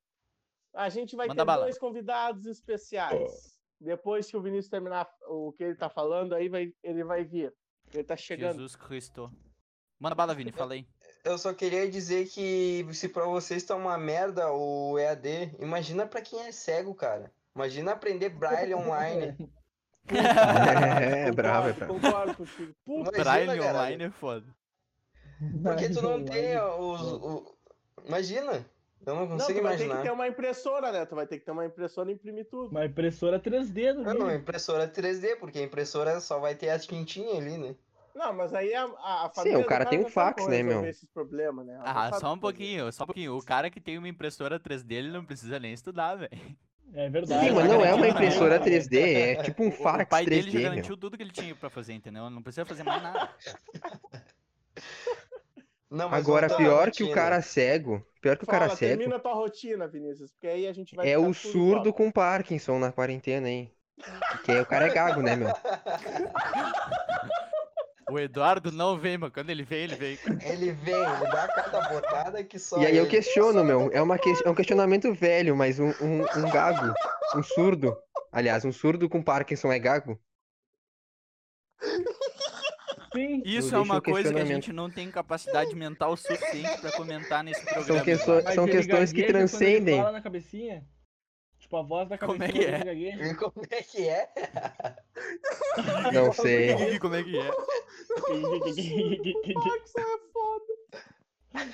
A gente vai Manda ter bala. Oh. dois convidados especiais. Depois que o Vinícius terminar o que ele tá falando, aí vai, ele vai vir. Ele tá chegando. Jesus Cristo. Manda bala, Vini, falei. Eu só queria dizer que se pra vocês tá uma merda o EAD, imagina pra quem é cego, cara. Imagina aprender braille online. É, é bravo, é bravo. Concordo contigo. Puta, Imagina, Braille caralho. online é foda. Porque tu não tem os. o- Imagina! Eu não não, consigo tu vai ter que imaginar. ter uma impressora, né? Tu vai ter que ter uma impressora e imprimir tudo. Uma impressora 3D Ah, no Uhum. Não, mínimo. impressora 3D, porque a impressora só vai ter as tintinhas ali, né? Não, mas aí a, a, a Sim, família o do cara tem um já sabe fax, como né, resolver meu? Esses problemas, né? Ela já Ah, sabe só um como fazer. pouquinho, só um pouquinho. O cara que tem uma impressora 3D, ele não precisa nem estudar, velho. É verdade. Sim, mas não é uma Garantindo, né? impressora 3D, é tipo um O fax pai dele já 3D, meu. garantiu tudo que ele tinha pra fazer, entendeu? Não precisa fazer mais nada. Não, mas Agora, voltando à pior que o rotina. cara cego, pior que o cara Fala, cego, termina tua rotina, Vinícius, porque aí a gente vai é ficar o tudo surdo igual. com Parkinson na quarentena, hein? Porque o cara é gago, né, meu? O Eduardo não vem, mano. Quando ele vem, ele vem. Ele vem, ele dá cada botada que só. E aí eu ele. questiono, meu. É, uma que- é um questionamento velho, mas um, um, um gago, um surdo. Aliás, um surdo com Parkinson é gago? Sim. Isso Eu é deixo uma coisa o que a questionamento. gente não tem capacidade mental suficiente pra comentar nesse programa. São, questões- Mas são ele questões que gagueja quando ele transcendem. fala na cabecinha. Tipo, a voz da Como é cabecinha que é? dele gagueja. E Como é que é? Não sei. Ih, Como é que é? Fax é foda.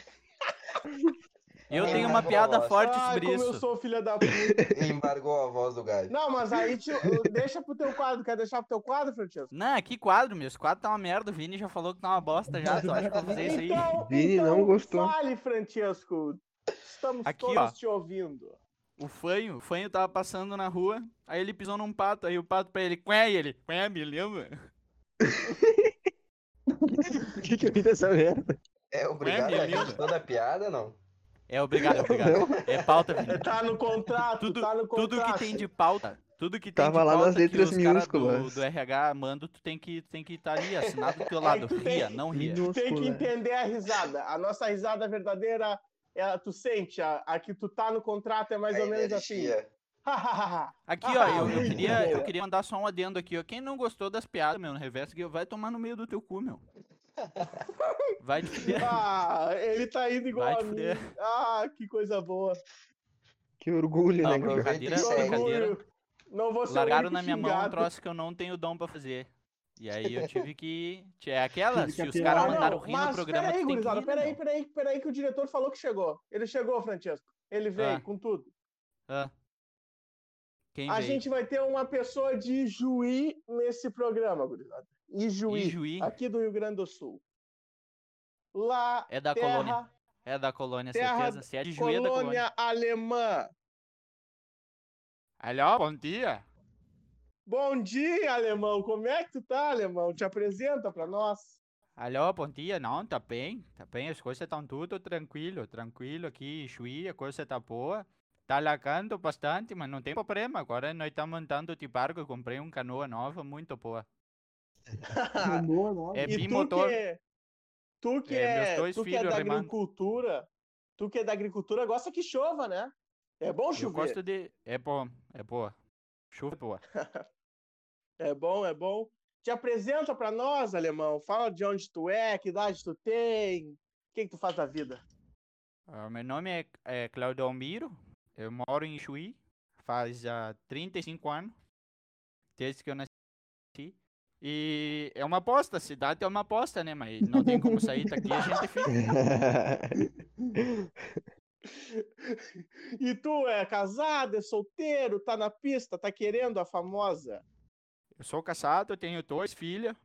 Eu É, Ah, tenho uma nossa. piada forte Ai, sobre como eu isso. sou filha da puta. Embargou a voz do gás. Não, mas aí te- deixa pro teu quadro. Quer deixar pro teu quadro, Francesco? Não, é que quadro, meu. Esse quadro tá uma merda. O Vini já falou que tá uma bosta já. Tu acha que eu vou fazer é isso aí? Vini não gostou. Então, Fale, Francesco. Estamos Aqui, todos ó. te ouvindo. O fanho, o fanho tava passando na rua, aí ele pisou num pato, aí o pato pra ele, qué, e ele, qué, me lembra? O que, que eu vi dessa merda? É obrigado minha a gente linda. toda a piada, não? É, obrigado, obrigado. Não, É pauta, Vini. Tá no contrato, Tudo- tá no contrato. Tudo que tem de pauta, tudo que tem Tava de lá pauta nas letras que os cara do, minúsculas. do RH manda, tu tem que tem que estar tá ali, assinado do teu lado. que tem- Ria, não ria. Tem que minúscula. entender a risada. A nossa risada verdadeira, ela, tu sente. A, a que tu tá no contrato é mais A ou menos assim. energia. Aqui, ó, eu, eu Muito queria, eu boa. queria mandar só um adendo aqui, ó. Quem não gostou das piadas, meu, no reverso, que vai tomar no meio do teu cu, meu. Vai te fuder. Ah, ele tá indo igual Vai te a mim. fuder. Ah, que coisa boa. Que orgulho, Não, né, Ah, bro, Gabriel? brincadeira, Que Que segue. brincadeira. orgulho. Não vou ser o Largaram único na minha mão um é xingado. troço que eu não tenho dom pra fazer. E aí eu tive que. É aquela? Tive que Se os apelar. caras Não, não, mandaram rir no Ah, mas programa, peraí, tu tem que gurizada, rir, né, peraí, meu? peraí, peraí, que o diretor falou que chegou. Ele chegou, Francesco. Ele veio Ah. com tudo. Ah. Quem A veio? gente vai ter uma pessoa de Juí nesse programa, gurizada. E Juí, Ijuí aqui do Rio Grande do Sul. Lá, é da colônia. terra, É da colônia, terra certeza. Se é de Juí, é da colônia. colônia alemã. Alô, bom dia. Bom dia, alemão. Como é que tu tá, alemão? Te apresenta pra nós. Alô, bom dia. Não, tá bem. Tá bem, as coisas estão tudo tranquilo. Tranquilo aqui, Juí, a coisa tá boa. Tá lagando bastante, mas não tem problema. Agora nós estamos montando de barco. Eu comprei um canoa nova, muito boa. Boa, nova. É tu bimotor. que- Tu que É, é, meus dois tu que é filhos da remando. agricultura, tu que é da agricultura, gosta que chova, né? É bom Eu chover. gosto de. É bom, é boa. Chuva é boa. É bom, é bom. Te apresenta pra nós, alemão. Fala de onde tu é, que idade tu tem, o que, que tu faz da vida. Ah, meu nome é, é Claudio Almiro, eu moro em Chuí, faz ah, já 35 anos, desde que eu nasci. E é uma aposta, cidade é uma aposta, né? Mas não tem como sair daqui, a gente fica. E tu é casado, é solteiro, tá na pista, tá querendo a famosa. Eu sou casado, eu tenho dois filhos.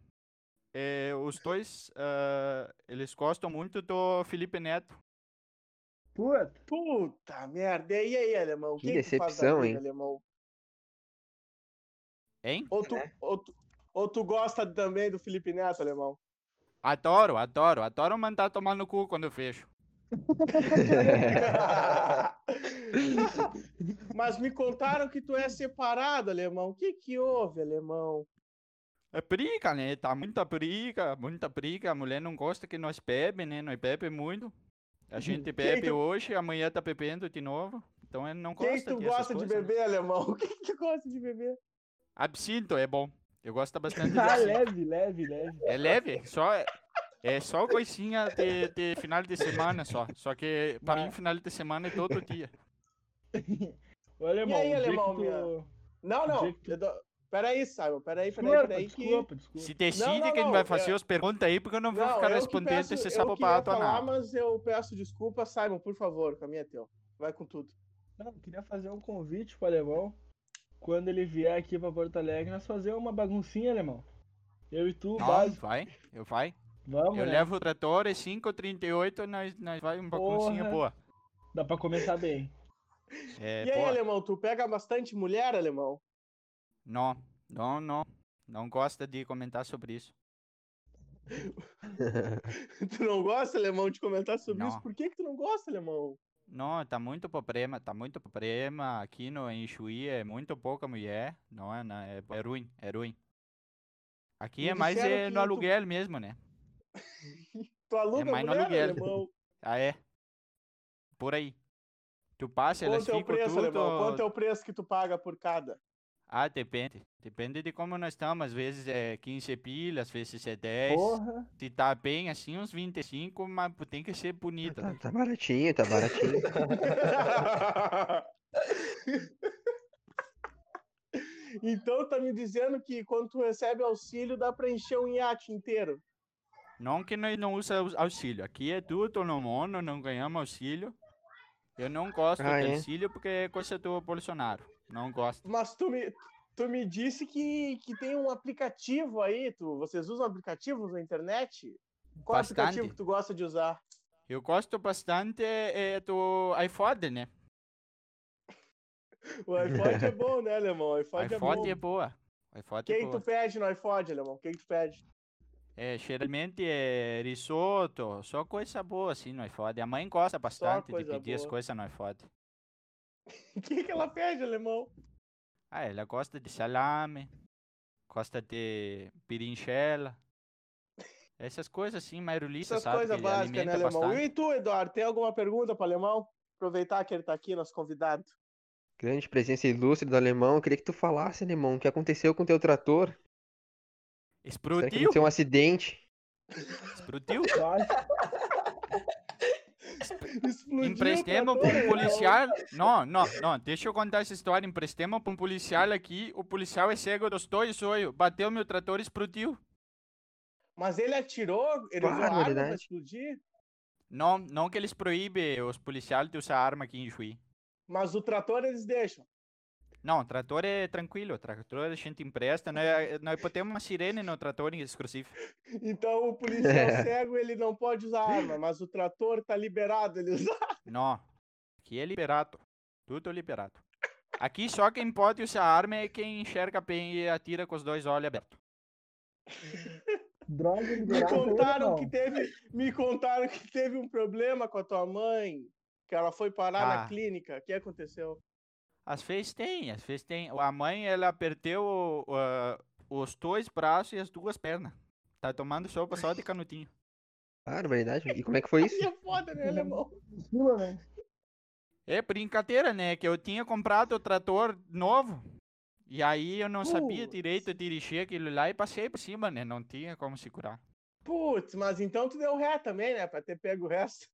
É, os dois, ah, eles gostam muito do Felipe Neto. Puta. Puta merda. E aí, alemão? Que O tu faz da decepção, vida, hein? alemão? Hein? É. Ou tu, ou, tu, ou tu gosta também do Felipe Neto, alemão? Adoro, adoro, adoro mandar tomar no cu quando eu fecho. Mas me contaram que tu é separado, alemão. O que que houve, alemão? É briga, né? Tá muita briga, muita briga. A mulher não gosta que nós bebe, né? Nós bebe muito. A gente bebe Hum. tu- hoje, amanhã tá bebendo de novo. Então ele não gosta Quem tu de essas gosta de coisas, né? beber, alemão? Quem que gosta de beber? Absinto é bom. Eu gosto bastante de Ah, absinto. leve, leve, leve. É leve, só é só coisinha de, de final de semana só. Só que pra mim Ah. Mas- final de semana é todo dia. Ô, alemão, aí, o dia alemão, que minha? tu... Não, não. Jeito. eu dou- Peraí, Simon. Peraí, peraí, Desculpa, peraí. que- desculpa, desculpa. Se decide não, quem vai não, fazer é- as perguntas aí, porque eu não vou Não, ficar eu que respondendo peço- esse eu que ia sapopato falar, não. Mas eu peço desculpa, Simon, por favor, caminha é teu. Vai com tudo. Não, eu queria fazer um convite pro alemão. Quando ele vier aqui pra Porto Alegre, nós fazer uma baguncinha, alemão. Eu e tu, Não, básico. vai, eu vai. Vamos, Eu né? levo o trator, é 5,38, nós, nós vai uma baguncinha Porra. boa. Dá pra começar bem. É, e aí, boa. alemão, tu pega bastante mulher, alemão? Não, não, não. Não gosta de comentar sobre isso. Tu não gosta, alemão, de comentar sobre Não. isso? Por que, que tu não gosta, alemão? Não, tá muito problema, tá muito problema. Aqui no em Chuí é muito pouca mulher. Não é, não, é, é ruim, é ruim. Aqui Me é mais disseram é, que no tu- aluguel mesmo, né? Tu aluga É mais no mulher, aluguel. alemão? Ah, é. Por aí. Tu passa, elas Quanto é o ficam preço, tudo... alemão? Quanto é o preço que tu paga por cada? Ah, depende. Depende de como nós estamos. Às vezes é 15 pilhas, às vezes é 10. Porra. Se tá bem assim, uns 25, mas tem que ser bonita. Tá, né? tá baratinho, tá baratinho. então tá me dizendo que quando tu recebe auxílio dá pra encher um iate inteiro. Não que nós não usa aus- auxílio. Aqui é tudo no mundo, não ganhamos auxílio. Eu não gosto Ah, de é? auxílio porque é coisa do Bolsonaro. Não gosto. Mas tu me, tu me disse que, que tem um aplicativo aí, tu, vocês usam aplicativos na internet? Qual Bastante. aplicativo que tu gosta de usar? Eu gosto bastante é, do iPhone, né? O iPod é bom, né, alemão? O iPod, iPhone é é bom. boa. iPhone é Quem boa. tu pede no iPod, alemão? Quem tu pede? É, geralmente é risoto, só coisa boa assim no iPhone. A mãe gosta bastante de coisa pedir as boa. coisas no iPhone. O é que, que ela pede, alemão? Ah, ela gosta de salame, gosta de pirinchela. Essas coisas assim, mairulista, Essas sabe? coisas que básicas, né, alimenta alemão? bastante. E tu, Eduardo, tem alguma pergunta para alemão? Aproveitar que ele tá aqui, nosso convidado. Grande presença ilustre do alemão. Eu queria que tu falasse, alemão, o que aconteceu com o teu trator? Será que Explodiu, aconteceu um acidente? explodiu. Básico. Explodiu o Emprestemos trator, para um alemão. policial. Não, não, não, deixa eu contar essa história. Emprestemos para um policial aqui. O policial é cego dos dois olhos. Bateu meu trator, explodiu. Mas ele atirou, ele usou arma pra Barbaridade. explodir. Não, não que eles proíbem os policiais de usar arma aqui em Juiz. Mas o trator eles deixam. Não, trator é tranquilo, trator a gente empresta, é, nós, nós podemos uma sirene no trator, inclusive. Então o É. policial cego ele não pode usar arma, mas o trator tá liberado ele usar. Não, aqui é liberado, tudo liberado. Aqui só quem pode usar arma é quem enxerga bem e atira com os dois olhos abertos. Droga Me liberada. contaram alemão. que teve, me contaram que teve um problema com a tua mãe, que ela foi parar na Ah. clínica. O que aconteceu? Às vezes tem, às vezes tem. A mãe, ela perdeu o- o, ah, os dois braços e as duas pernas. Tá tomando sopa só de canutinho. Barbaridade. E como é que foi isso? Aí é foda, né, alemão? Fila, né? É brincadeira, né? Que eu tinha comprado o trator novo. E aí eu não sabia Putz. direito dirigir aquilo lá e passei por cima, né? Não tinha como segurar. Putz, mas então tu deu ré também, né? Pra ter pego o resto.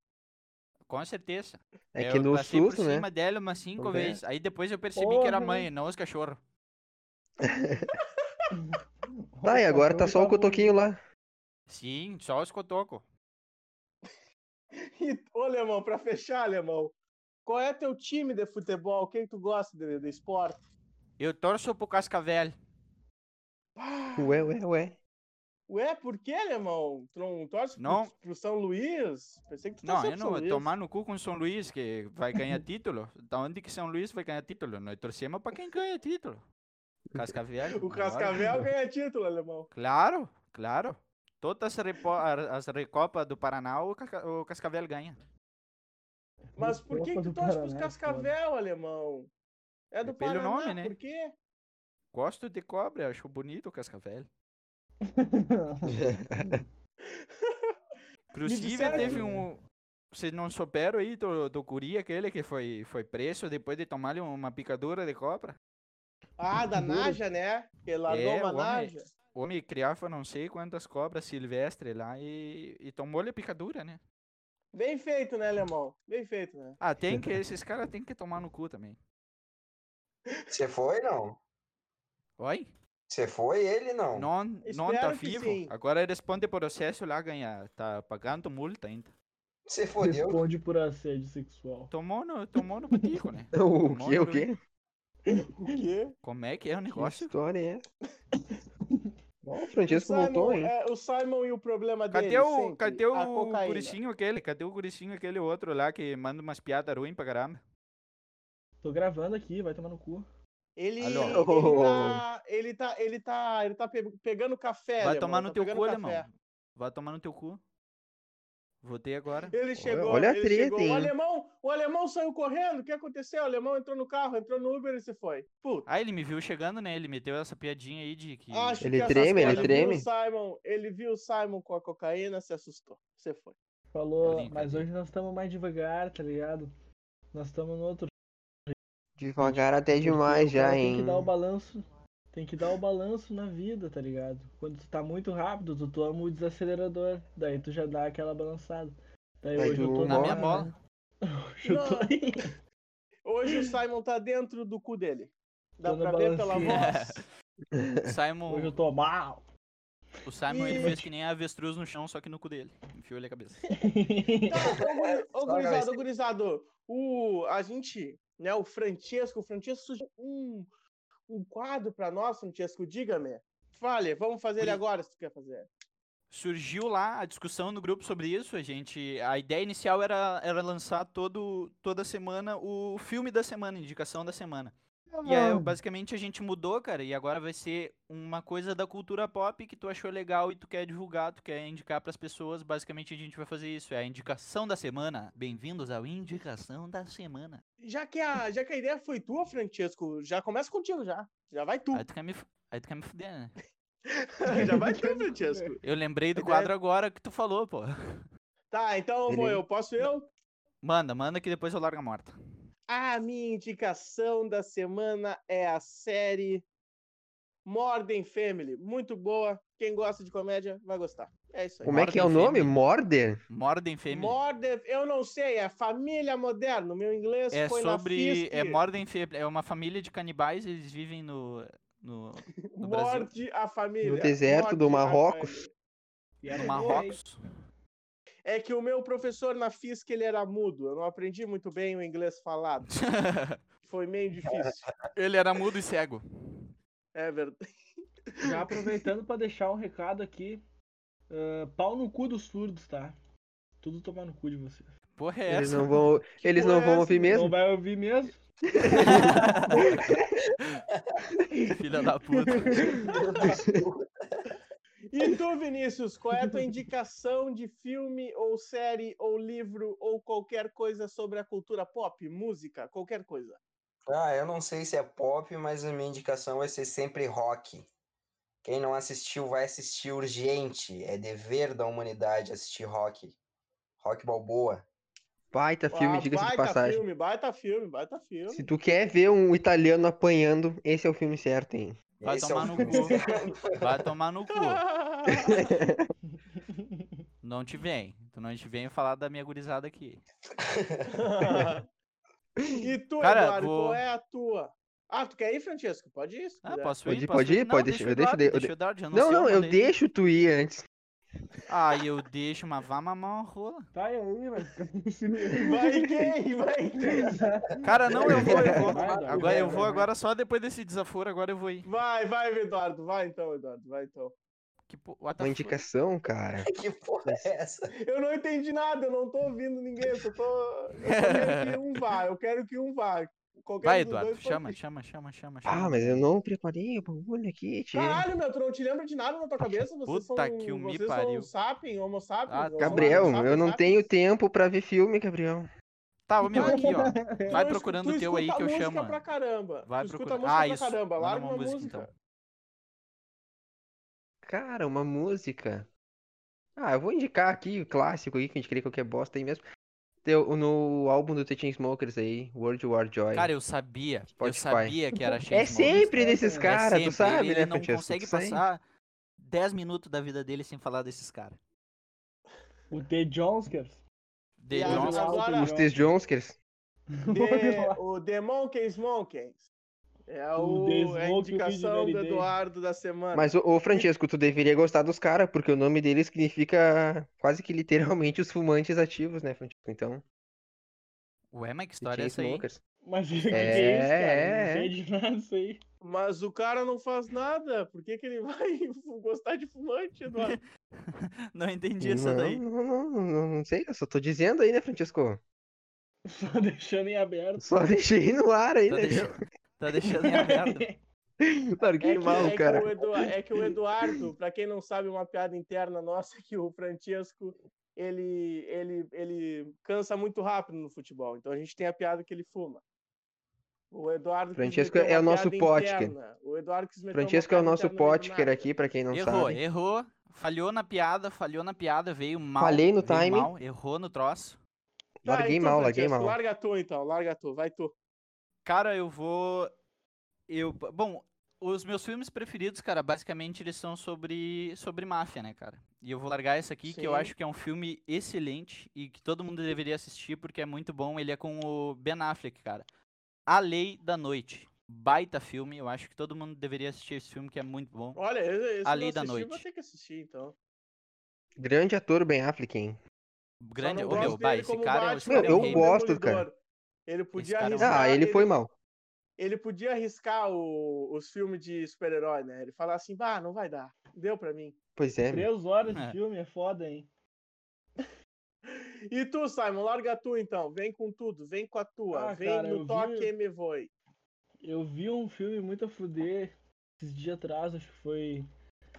com certeza. É Eu que no passei susto, por né? cima dela umas cinco Também. vezes. Aí depois eu percebi que era a Porra. mãe, não os cachorros. Tá, e agora tá só o cotoquinho lá. Sim, só os cotocos. E, ô, Então, Alemão, pra fechar, Alemão, qual é teu time de futebol? Quem tu gosta de, de esporte? Eu torço pro Cascavel. Ah, Ué, ué, ué. Ué, por que, Alemão? Tu não torce pro- Não. Pro, São Luís? Pensei que tu Não, torcia eu pro não São vou Luís. tomar no cu com o São Luís, que vai ganhar título. Da onde que São Luís vai ganhar título? Nós torcemos pra quem ganha título. Cascavel. O claro. Cascavel ganha título, Alemão. Claro, claro. Todas as, repo- a- as recopas do Paraná, o, Casca- o Cascavel ganha. Mas por que, que Copa tu do torce Paraná, pros é Cascavel, Alemão? É do É pelo Paraná, nome, né? por quê? Gosto de cobra, acho bonito o Cascavel. Inclusive, disseram teve que- um. Vocês não souberam aí do, do guri aquele que foi, foi preso depois de tomar uma picadura de cobra? Ah, da Naja, né? Que largou É, uma o homem- Naja. O homem criava não sei quantas cobras silvestres lá e, e tomou-lhe a picadura, né? Bem feito, né, Alemão? Bem feito, né? Ah, tem que. Esses caras têm que tomar no cu também. Você foi, não? Oi? Você foi ele, não? Não, não tá Espero que vivo. sim. Agora ele responde processo lá, ganha. Tá pagando multa ainda. Você Responde por assédio sexual. Tomou no, tomou no botico, né? O Tomou quê, no o bu- quê? O quê? Como é que é o Que negócio? história é essa? Ó, o O Francesco voltou, Simon, hein? é, o Simon e o problema dele. Cadê o, sempre, cadê a o cocaína. guricinho aquele? Cadê o guricinho aquele outro lá que manda umas piadas ruins pra caramba? Tô gravando aqui, vai tomar no cu. Ele, Alô. ele, tá, ele tá, ele tá, ele tá pe- pegando café. Vai alemão, tomar no tá teu pegando cu, café. alemão. Vai tomar no teu cu. Votei agora. Ele chegou, olha a ele treta, chegou. O hein? alemão, o alemão saiu correndo. O que aconteceu? O alemão entrou no carro, entrou no Uber e se foi. Puta. Ah, ele me viu chegando, né? Ele meteu essa piadinha aí de que. Acho Ele que essa treme, ele história treme. Viu o Simon, ele viu o Simon com a cocaína, se assustou. Você foi. Falou, Cadê, mas cadê? hoje nós estamos mais devagar, tá ligado? Nós estamos no outro. Devagar até porque demais o cara já, Tem que hein? dar um o balanço. Tem que dar o balanço na vida, tá ligado? Quando tu tá muito rápido, tu toma o desacelerador. Daí tu já dá aquela balançada. Daí Daí hoje eu tu tô Na minha né? Bora. bola. Hoje eu tô Não. Hoje o Simon tá dentro do cu dele. Dá Tô no pra ver pela balancinho. voz. Hoje eu Simon, tô mal. o Simon ele E- fez que nem a avestruz no chão, só que no cu dele. Enfiou ele a cabeça. Ô, guri- ô, Só gurizado, agradecer. ô, gurizado, o, a gente, né, o Francesco, o Francesco sugeriu um, um quadro pra nós, Francesco, diga-me. Fale, vamos fazer ele Guri- agora, se tu quer fazer. surgiu lá a discussão no grupo sobre isso. A gente, a ideia inicial era, era lançar todo, toda semana o filme da semana, indicação da semana. E aí, eu- basicamente, a gente mudou, cara, e agora vai ser uma coisa da cultura pop que tu achou legal e tu quer divulgar, tu quer indicar pras pessoas. Basicamente, a gente vai fazer isso. É a indicação da semana. Bem-vindos ao Indicação da Semana. Já que, a, já que a ideia foi tua, Francesco, já começa contigo já. Já vai tu. Aí tu quer me, fu- aí tu quer me fuder, né? já vai tu, Francesco. Eu lembrei do Ideia- quadro agora que tu falou, pô. Tá, então eu vou Ele- eu. Posso eu? Manda, manda que depois eu largo a morta. A minha indicação da semana é a série Modern Family. Muito boa. Quem gosta de comédia vai gostar. É isso aí. Como é que é o Morden nome? Family. Morder? Morden Family. Modern, eu não sei, é família moderna. O meu inglês É foi sobre. na É FISC. Morden Family. É uma família de canibais, eles vivem no. no, no Brasil. Morde a família. No deserto do Morde a Marrocos. família. No Marrocos. É que o meu professor na FISC ele era mudo. Eu não aprendi muito bem o inglês falado. Foi meio difícil. Ele era mudo e cego. É verdade. Já aproveitando pra deixar um recado aqui. ah, pau no cu dos surdos, tá? Tudo tomar no cu de vocês. Porra, é Eles essa? não vão, eles porra não é vão essa, ouvir Não mesmo? vai ouvir mesmo? Filha da puta. E tu, Vinícius, qual é a tua indicação de filme ou série ou livro ou qualquer coisa sobre a cultura pop, música, qualquer coisa? Ah, eu não sei se é pop, mas a minha indicação vai ser sempre rock. Quem não assistiu, vai assistir urgente. É dever da humanidade assistir rock. Rock Balboa. Baita filme, Ah, diga-se de baita passagem. filme, baita filme, baita filme. Se tu quer ver um italiano apanhando, esse é o filme certo, hein? Vai Esse é tomar o no filme cu. certo. Vai tomar no cu. Não te vem. Tu não te vem falar da minha gurizada aqui. e tu, Cara, Eduardo, vou- qual é a tua? Ah, tu quer ir, Francesco? Pode ir. se Ah, quiser. posso Pode ir? ir, posso pode ir? Não, Pode deixa deixar, eu deixo- Eduardo, eu deixa o Eduardo, já Não, sei, não, eu mandei. deixo tu ir antes. Ah, eu deixo, mas vá mamar uma rola. Tá aí, velho. Vai quem? Vai quem? Cara, não, eu vou, eu vou. Vai, Eduardo, Agora eu vai, vou, vai. agora só depois desse desaforo, agora eu vou ir. Vai, vai, Eduardo. Vai então, Eduardo. Vai então. Que po- what the fuck? Uma indicação, cara. Que porra é essa? Eu não entendi nada, eu não tô ouvindo ninguém, eu só tô. Eu só quero que um vá, eu quero que um vá. Qualquer Vai, um dos Eduardo, dois pode chama, ir. chama, chama, chama, chama. Ah, mas eu não preparei o bagulho aqui, tio. Caralho, meu, tu não te lembra de nada na tua cabeça? Vocês Puta são, que o me vocês são pariu. sapien, homo sapiens? Ah, ou são Gabriel, homo sapiens, eu não sapiens? tenho tempo pra ver filme, Gabriel. Tá, ô meu, aqui, ó. Tu Vai escu- procurando tu o teu aí escuta que eu música chamo. Pra caramba. Vai tu escuta música procurando. Ah, pra isso. caramba, Manda larga uma uma música, música. então. Cara, uma música. Ah, eu vou indicar aqui o clássico aí, que a gente queria qualquer bosta aí mesmo. Teu- no álbum do The Chainsmokers aí, World War Joy. Cara, eu sabia. Eu Spotify. sabia que era é Chainsmokers. sempre desses É É caras, sempre, tu sabe, ele né, não Francesco? consegue Tu sabe. passar 10 minutos da vida dele sem falar desses caras. O The Jonskers. The E Johnson. Johnson. agora, Os Tess Jonskers. The- o The Monkeys Monkeys. É O o, The é a Smoke indicação do Visionary Day. Eduardo da semana. Mas, ô, ô, Francesco, tu deveria gostar dos caras, porque o nome deles significa quase que literalmente os fumantes ativos, né, Francesco? Então, Ué, mas que The história é essa aí? Chainsmokers. Mas o que que É, é isso, cara? é, Eu Não sei de nada isso aí. Mas o cara não faz nada. Por que, que ele vai gostar de fumante, Eduardo? Não entendi essa Não, daí. Não, não, não, não sei, eu só tô dizendo aí, né, Francesco? Só deixando em aberto. Só deixei no ar aí, Tá né? deixando, tá deixando em aberto. Larguei mal, é, cara. que o Eduardo, é que o Eduardo, pra quem não sabe, uma piada interna nossa é que o Francesco ele, ele, ele cansa muito rápido no futebol. Então a gente tem a piada que ele fuma. O Eduardo quis Francesco meter uma é o nosso piada Potker. interna. O Eduardo quis meter uma Francesco é o piada nosso interna no meio do potker nada. aqui, pra quem não errou, sabe. errou. Falhou na piada, falhou na piada, veio mal. Falhei no veio timing. mal, errou no troço. Tá, Larguei e tu, mal, larguei Francesco? mal. Larga tu então, larga tu, vai tu. Cara, eu vou. Eu. Bom, os meus filmes preferidos, cara, basicamente eles são sobre, sobre máfia, né, cara? E eu vou largar esse aqui, que eu Sim. acho que é um filme excelente e que todo mundo deveria assistir, porque é muito bom. Ele é com o Ben Affleck, cara. A Lei da Noite. Baita filme, eu acho que todo mundo deveria assistir esse filme, que é muito bom. Olha, esse A eu não Lei da assisti, Noite. Vou ter que assistir então. Grande ator Ben Affleck, hein? Grande. Só Ô, não meu, gosto bah, dele esse como cara, Batman, esse cara Meu, é um eu como rei, gosto. Demolidor. cara. Ele podia cara é um arriscar. Ah, ele foi mal. ele podia arriscar o- os filmes de super-herói, né? Ele falar assim, bah, não vai dar. Deu pra mim. Pois é, meu. Três horas É. de filme, é foda, hein? E tu, Simon, larga tu então. Vem com tudo, vem com a tua. Ah, vem cara, eu no vi- toque e me voe. Eu vi um filme muito a fuder esses dias atrás, acho que foi.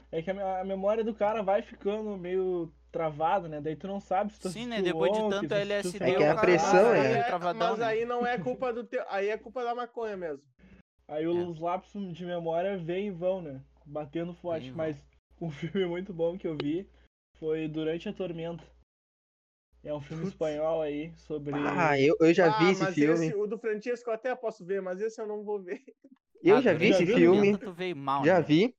É que a, me- a memória do cara vai ficando meio travada, né? Daí tu não sabe se tu Sim, né? assistiu Depois de ontem, tanto se assistiu LSD, semana É que é a passada. tá pressão, mas é. aí Travadão, mas né? aí não é culpa do teu. Aí é culpa da maconha mesmo. Aí É. os lapsos de memória vêm e vão, né? Batendo forte. e vão. Mas um filme muito bom que eu vi foi Durante a Tormenta. É um filme espanhol aí sobre. Ah, eu, eu já vi Ah, esse mas filme. esse- o do Francesco eu até posso ver, mas esse eu não vou ver. Eu Ah, já tu vi já esse viu, filme. Pimenta, tu veio mal, Já né? vi.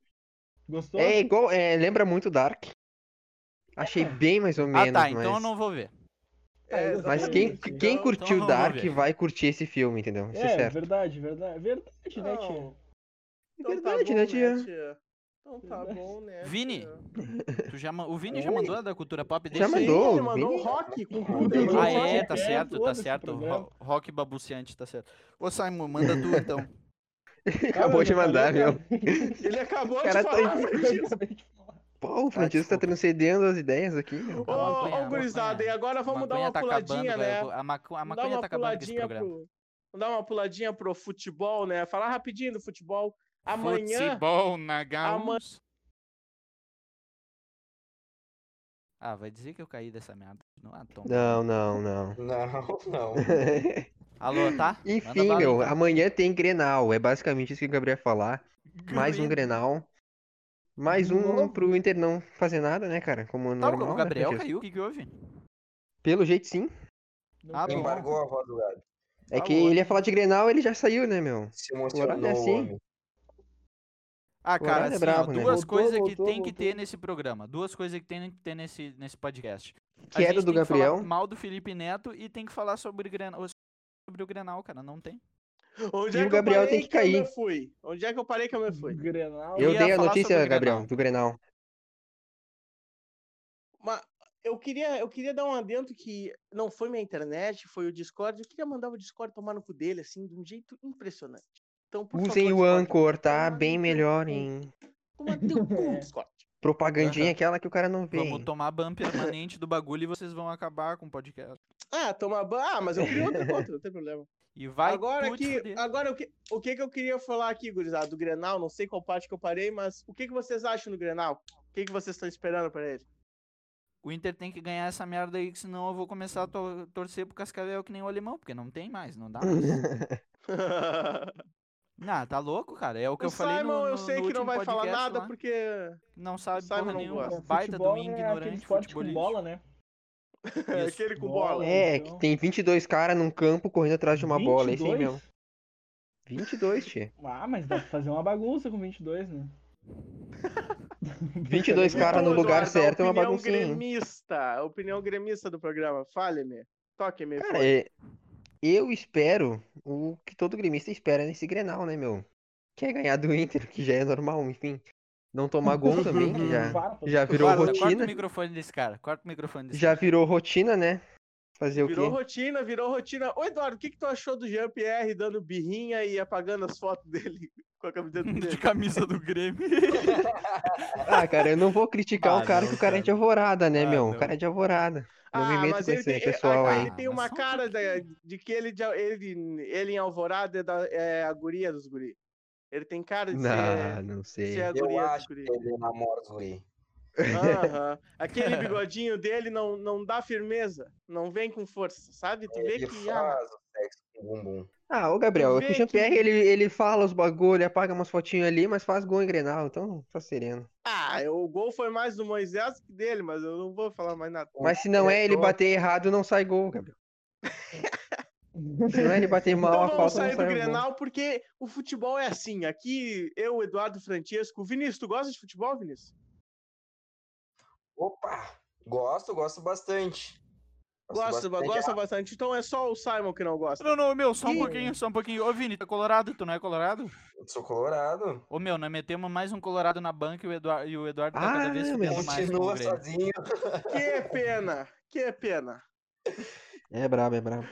Gostou? É igual, é, lembra muito Dark. Achei bem mais ou menos, Ah, tá, então eu mas... não vou ver. É, Mas exatamente. quem, Então- quem então curtiu não vou Dark ver. vai curtir esse filme, entendeu? Isso é É, certo. verdade, verdade. Verdade, né, Não. tia? Então Verdade, tá bom, né, tia? Então tá bom, né? Vini? tia? Tu já ma- O Vini já Oi. mandou a da cultura pop dele? Já Sim, mandou, Ele mandou Vini? um rock com tudo. Ele Ah, mandou um é, rock, tá é, certo, tá foda-se o certo. programa. Ro- Rock babuciante, tá certo. Ô, Simon, manda tu então. Acabou de mandar, meu. Ele acabou O cara de tá falar. em- Pô, o Francisco tá desculpa. transcendendo as ideias aqui, meu. Ô, maconha, ô, gurizada, maconha. e agora vamos dar Maconha uma tá puladinha, acabando, né? velho. A, maco... a Vamos maconha tá acabando com esse programa. pro... Vamos dar uma puladinha pro futebol, né? Falar rapidinho do futebol. Amanhã, Futebol na Gaúcha. Ah, vai dizer que eu caí dessa merda. Não, ah, toma. Não, não, não. Não, não. Alô, tá? Manda Enfim, bala, meu, então. amanhã tem Grenal. É basicamente isso que o Gabriel ia falar. Mais um Grenal. Mais De um novo? pro Inter não fazer nada, né, cara? Como é Tá, normal. o né, Gabriel Francesco? caiu, o que que houve? Pelo jeito, sim. Ah, bom. Embargou a voz do gato. É Tá que louco. ele ia falar de Grenal, ele já saiu, né, meu? Se emocionou Olha o assim. homem. Ah, Horário cara, é assim, ó, brabo, né? duas Voltou, coisas que voltou, tem que ter voltou. nesse programa. Duas coisas que tem que ter nesse, nesse podcast. A Que era gente do tem que falar Gabriel. mal do Felipe Neto e tem que falar sobre, o Grenal- sobre o Grenal, cara. Não tem. Onde E é que eu o Gabriel parei tem que eu me cair. fui? Onde é que eu parei que eu me fui? Grenal. Eu ia dei a falar sobre notícia, o Gabriel, Grenal. do Grenal. Mas eu queria, eu queria dar um adendo que não foi minha internet, foi o Discord. Eu queria mandar o Discord tomar no cu dele, assim, de um jeito impressionante. Então, por Usem favor, o Discord, Anchor, tá? tomar Bem no melhor teu cu. em Toma teu cu, É. Discord. propagandinha, aquela que o cara não vê. Vamos hein? tomar ban permanente do bagulho e vocês vão acabar com o podcast. Ah, toma ban. Ah, mas eu queria outra conta, não tem problema. E vai agora tu te aqui, fuder. agora o que, o que que eu queria falar aqui, gurizada, do Grenal, não sei qual parte que eu parei, mas o que que vocês acham do Grenal? O que que vocês estão esperando para ele? O Inter tem que ganhar essa merda aí, que senão eu vou começar a to- torcer pro Cascavel que nem o alemão, porque não tem mais, não dá mais. não, tá louco, cara. É o que o eu falei no, Simon, eu no- sei no que não último vai falar podcast nada lá. porque é Não sabe Simon porra não nenhuma. gosta. Baita de um futebol é aquele ignorante esporte com futebolista. bola, né? é Isso. aquele com bola. É, então. que tem 22 caras num campo correndo atrás de uma bola, esse aí 22? mesmo. 22, tia. Ah, mas dá pra fazer uma bagunça com 22, né? 22 caras no Então, lugar Eduardo, certo é uma opinião baguncinha. hein? gremista, a opinião gremista do programa. Fale-me. Toque-me. Cara, fone. é- eu espero o que todo gremista espera nesse Grenal, né, meu? Que é ganhar do Inter, que já é normal, enfim. Não tomar gol também, que já, Farpa. já virou Guarda, Corta o rotina. microfone desse cara. Corta o microfone desse Já virou rotina, né? Fazer virou o quê? rotina, virou rotina. Ô, Eduardo, o que, que tu achou do Jean-Pierre dando birrinha e apagando as fotos dele com a camiseta Hum, cara. De dele? camisa do Grêmio. Ah, cara, eu não vou criticar Ah, o cara não, que o cara é de alvorada, né, Ah, meu? não. O cara é de alvorada. Não Ah, me meto com esse tem, pessoal ah, aí. ele tem Ah, mas uma só um cara de, de que ele, de- ele, ele em Alvorada é, da- é a guria dos guri. Ele tem cara de Não, ser, não ser sei. a Eu guria dos acho guri. um Ele namora os guri. Aham. Aquele bigodinho dele não, não dá firmeza, não vem com força, sabe? Tu vê Ele que ah, faz o sexo com o bumbum. Ah, ô Gabriel, Tu é que vê o Jean-Pierre, ele, ele fala os bagulho, ele apaga umas fotinhas ali, mas faz gol em Grenal, então tá sereno. ah, o gol foi mais do Moisés que dele, mas eu não vou falar mais nada. Mas se não é ele diretor. bater errado, não sai gol, Gabriel. Se não é ele bater mal, então a vamos falta não sair do sai o gol. Grenal, porque o futebol é assim. Aqui, eu, Eduardo Francesco. Vinícius, tu gosta de futebol, Vinícius? Opa! Gosto, gosto bastante. Gosta, bastante. gosta bastante. Então é só o Simon que não gosta. não, não, meu, só um Ih. pouquinho, só um pouquinho. Ô, Vini, tu é colorado? Tu não é colorado? Eu Sou colorado. Ô, meu, nós metemos mais um colorado na banca e o Eduardo, e o Eduardo tá cada Ah, vez meu, ficando mais com o Continua Grêmio. sozinho. Que pena, que pena. É brabo, é brabo.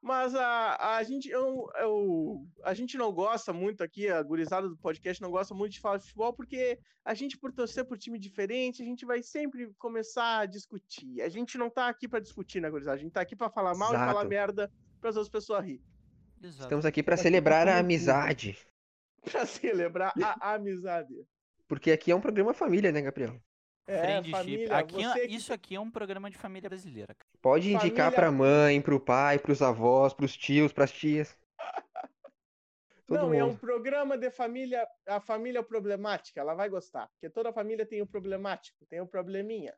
Mas a, a gente eu, eu- a gente não gosta muito aqui, a gurizada do podcast não gosta muito de falar de futebol, porque a gente, por torcer por time diferente, a gente vai sempre começar a discutir. A gente não tá aqui pra discutir, né, gurizada? A gente tá aqui pra falar mal e falar Exato. merda pras outras pessoas rir. Exato. Estamos aqui pra Tá celebrar tudo a bem. amizade, Pra celebrar a amizade. porque aqui é um programa família, né, Gabriel? É, Friendship. família, Aqui é- você que- Isso aqui é um programa de família brasileira. cara. Pode indicar Família- pra mãe, pro pai, pros avós, pros tios, pras tias. Todo não, é um mundo. programa de família, a família é problemática, ela vai gostar, porque toda família tem o problemático, tem o probleminha,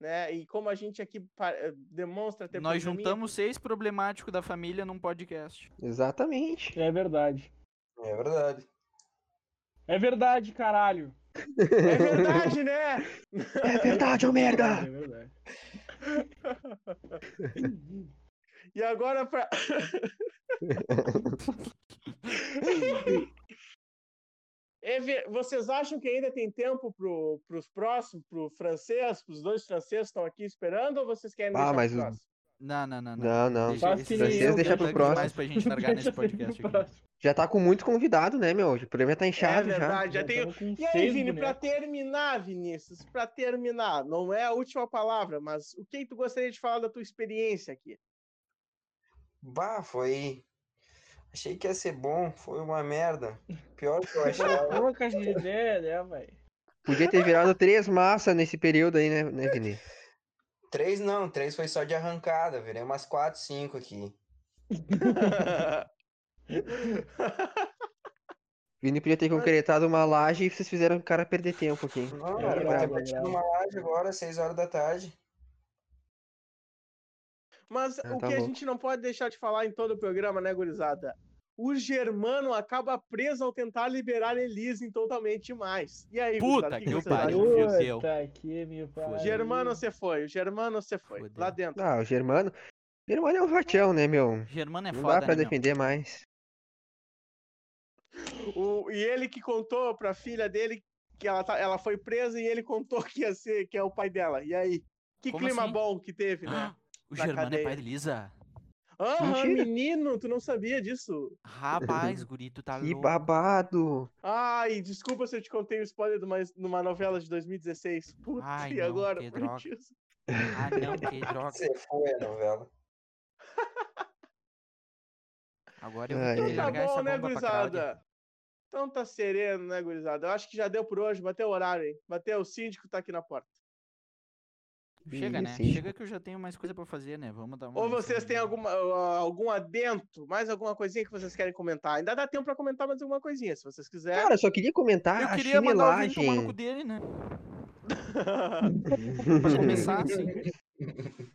né? E como a gente aqui pa- eh, demonstra ter Nós probleminha, juntamos seis problemáticos da família num podcast. um Exatamente. É verdade. É verdade. É verdade, caralho. É verdade, né? É verdade, ô É merda! verdade. E agora pra. É ve- Vocês acham que ainda tem tempo pro, pros próximos, pro francês, pros dois franceses que estão aqui esperando ou vocês querem Ah, deixar pro mas o- próximo? Não, não, não. não. Não, não. Faz esses que aí nem são eu, deixa pro problemas próximo. demais pra gente largar nesse Deixa pro podcast aqui. próximo. Já tá com muito convidado, né, meu? O programa tá inchado é já. verdade, já, tem tamo tá com E aí, seis Vini, pra bonecos. terminar, Vinícius, pra terminar, não é a última palavra, mas o que tu gostaria de falar da tua experiência aqui? Bah, foi. Achei que ia ser bom, foi uma merda. Pior que eu achava. Poucas ideias, né, velho? Podia ter virado três massas nesse período aí, né, né Vini? três não, três foi só de arrancada. Virei umas quatro, cinco aqui. Vini podia ter concretado uma laje e vocês fizeram o cara perder tempo aqui. Não, É era pra ter brabo, é batido brabo. uma laje agora, seis horas da tarde. mas Ah, o tá que a bom. gente não pode deixar de falar em todo o programa, né, gurizada? o Germano acaba preso ao tentar liberar Elise totalmente mais. E aí, Puta Gustavo, o que que eu vocês acham? pariu. fudeu. Puta que me pariu. um Germano, você foi. O Germano, você foi. Fudeu. Lá dentro. Ah, o Germano. Germano é um rachão, né, meu? Germano é Não foda, dá né, pra meu? defender mais. O- e ele que contou pra filha dele que ela, tá- ela foi presa e ele contou que ia ser, que é o pai dela. E aí? Que Como clima assim? bom que teve, né? O na Germano é cadeia. pai de Lisa. Ah, Aham, Mentira. menino, tu não sabia disso? Rapaz, guri, tu tá Que louco. babado! Ai, desculpa se eu te contei o spoiler de uma, numa novela de 2016. Putz, Ai, e não, agora? que Por droga. isso. Ah, não, que droga. Você foi a novela. Agora eu vou Ai, ter ai. que Então tá largar essa bom, né, bomba pra Cláudia. gurizada? Então tá sereno, né, gurizada? Eu acho que já deu por hoje, bateu o horário, hein? Bateu, o síndico tá aqui na porta. Chega, Ih, né? sim. Chega que eu já tenho mais coisa pra fazer, né? Vamos dar uma. Ou vocês têm encerradinha. alguma, ah, algum adento, mais alguma coisinha que vocês querem comentar? Ainda dá tempo pra comentar mais alguma coisinha, se vocês quiserem. Cara, eu só queria comentar É. Eu a queria mandar o Vini tomar no chinelagem. cu dele, né? Pra começar, assim.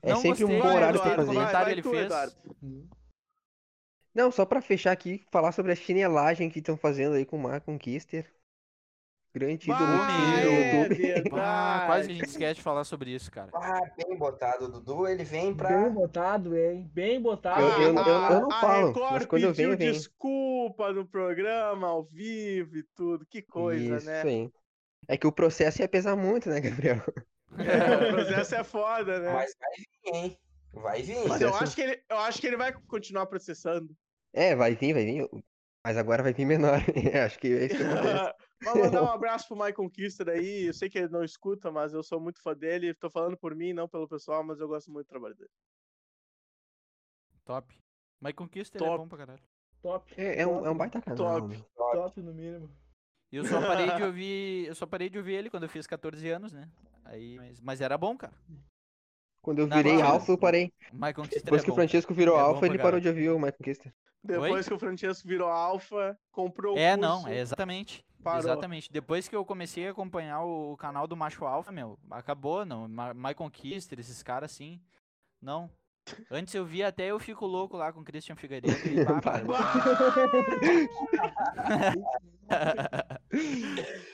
É Não sempre gostei, um bom mas horário pra claro, fazer. vai. comentário ele tu, fez. Eduardo. Não, só pra fechar aqui, falar sobre a chinelagem que estão fazendo aí com o Marco Kister. Grande ídolo Bah, do é Ah, quase YouTube. que a verdade. gente esquece de falar sobre isso, cara. Ah, bem botado, Dudu. Ele vem pra. Bem botado, hein? Bem botado. Eu- eu- eu- eu não Tá, a falo, Record mas quando eu venho, pediu eu venho. desculpa no programa, ao vivo e tudo. Que coisa, Isso né? aí. É que o processo ia pesar muito, né, Gabriel? É, o processo é foda, né? Mas, Mas vai vir, hein? Vai vir. Mas eu, processo- acho que ele, eu acho que ele vai continuar processando. É, vai vir, vai vir. Mas agora vai vir menor. Acho que é isso que acontece. Vamos mandar um abraço pro Michael Conquista daí. Eu sei que ele não escuta, mas eu sou muito fã dele. Tô falando por mim, não pelo pessoal, mas eu gosto muito do trabalho dele. Top. Mas conquista é Top. bom pra caralho. Top. É, é um, é um baita canal. Top. meu. Top no mínimo. E eu só parei de ouvir. Eu só parei de ouvir ele quando eu fiz 14 anos, né? Aí, mas, mas era bom, cara. Quando eu Não, virei não, alfa, eu parei. My Conquista Depois né? é que o bom. Francesco virou É bom alfa, pra ele caralho. parou de ouvir o Michael Kister. Depois que o Francesco virou alfa, comprou o É, curso, não, é exatamente. Então, parou. Exatamente. Depois que eu comecei a acompanhar o canal do Macho Alfa, meu, acabou, não. Ma- My Conquista, esses caras assim. Não. Antes eu via até eu fico louco lá com o Christian Figueiredo e pá, cara.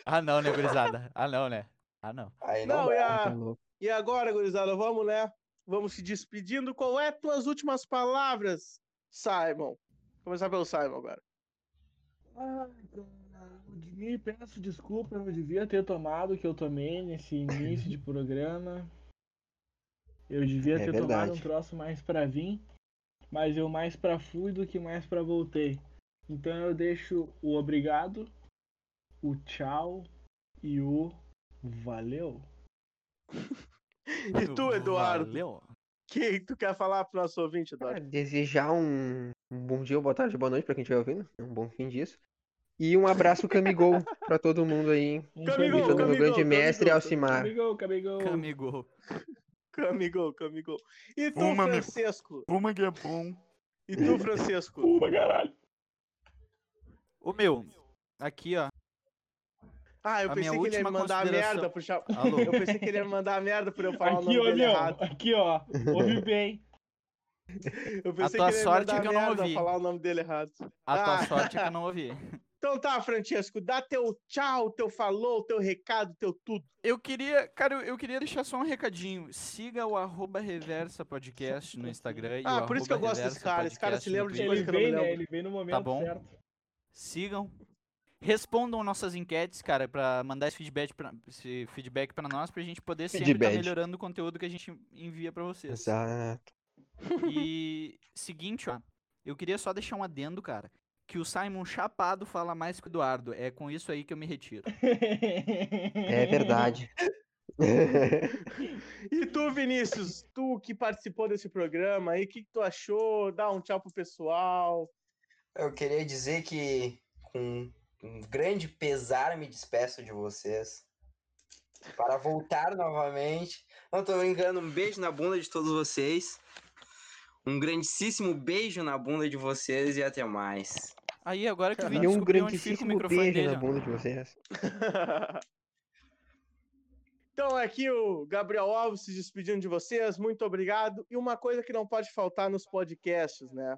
Ah, não, né, gurizada? Ah, não, né? Ah, não. Aí não, Não, é e, Ah, tá a- louco. e agora, gurizada, vamos, né? Vamos se despedindo. Qual é tuas últimas palavras, Simon? Começar pelo Simon agora. Ai, Ah, cara, de mim peço desculpa, eu devia ter tomado o que eu tomei nesse início de programa. Eu devia É ter tomado um verdade. troço mais pra vir, mas eu mais pra fui do que mais pra voltei. Então eu deixo o obrigado, o tchau e o valeu. E tu, Eduardo? Valeu. O que tu quer falar pro nosso ouvinte, Ah, Eduardo? desejar um, um bom dia, boa tarde, boa noite pra quem estiver ouvindo. Um bom fim disso. E um abraço Camigol pra todo mundo aí. Um Camigol, Imitando o meu Camigol, grande mestre Camigol. Alcimar. Camigol, Camigol. Camigol. Camigol, Camigol. E tu, Fuma, amigo. Francesco? Puma que é bom. E tu, Francesco? Puma, caralho. O meu, aqui, ó. Ah, eu A pensei minha que ele ia me última mandar a consideração. merda por chá. Alô. Eu pensei que ele ia me mandar a merda por eu falar o Aqui, nome ó, dele Leão, errado. aqui, ó. Ouve bem. Eu pensei que ele tua ia me sorte é mandar que a eu não merda ouvi. falar o nome dele errado. A tua Ah. sorte é que eu não ouvi. Então tá, Francesco, dá teu tchau, teu falou, teu recado, teu tudo. Eu queria, cara, eu, eu queria deixar só um recadinho. Siga o arroba reversa podcast no Instagram. e o Ah, por isso que eu arroba gosto desse Reversa cara, esse cara se Podcast no lembra de Twitter. coisa Ele que eu não lembro. vem, né? Ele vem no momento bom. certo. Sigam. Respondam nossas enquetes, cara, pra mandar esse feedback pra, esse feedback pra nós, pra gente poder sempre estar Feedback. melhorando o conteúdo que a gente envia pra vocês. Exato. E seguinte, ó, eu queria só deixar um adendo, cara, que o Simon Chapado fala mais que o Eduardo. É com isso aí que eu me retiro. É verdade. E tu, Vinícius, tu que participou desse programa aí, o que, que tu achou? Dá um tchau pro pessoal. Eu queria dizer que com um grande pesar me despeço de vocês. Para voltar novamente. Não tô brincando, um beijo na bunda de todos vocês. Um grandíssimo beijo na bunda de vocês e até mais. Aí agora que o Vini E um descobriu onde fica o grandíssimo microfone beijo dele. na ó. bunda de vocês. Então aqui o Gabriel Alves se despedindo de vocês, muito obrigado. E uma coisa que não pode faltar nos podcasts, né?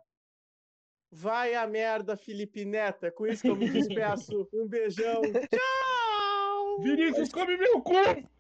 Vai a merda, Felipe Neto. É com isso que eu me despeço. Um beijão. Tchau! Vinícius, come meu cu!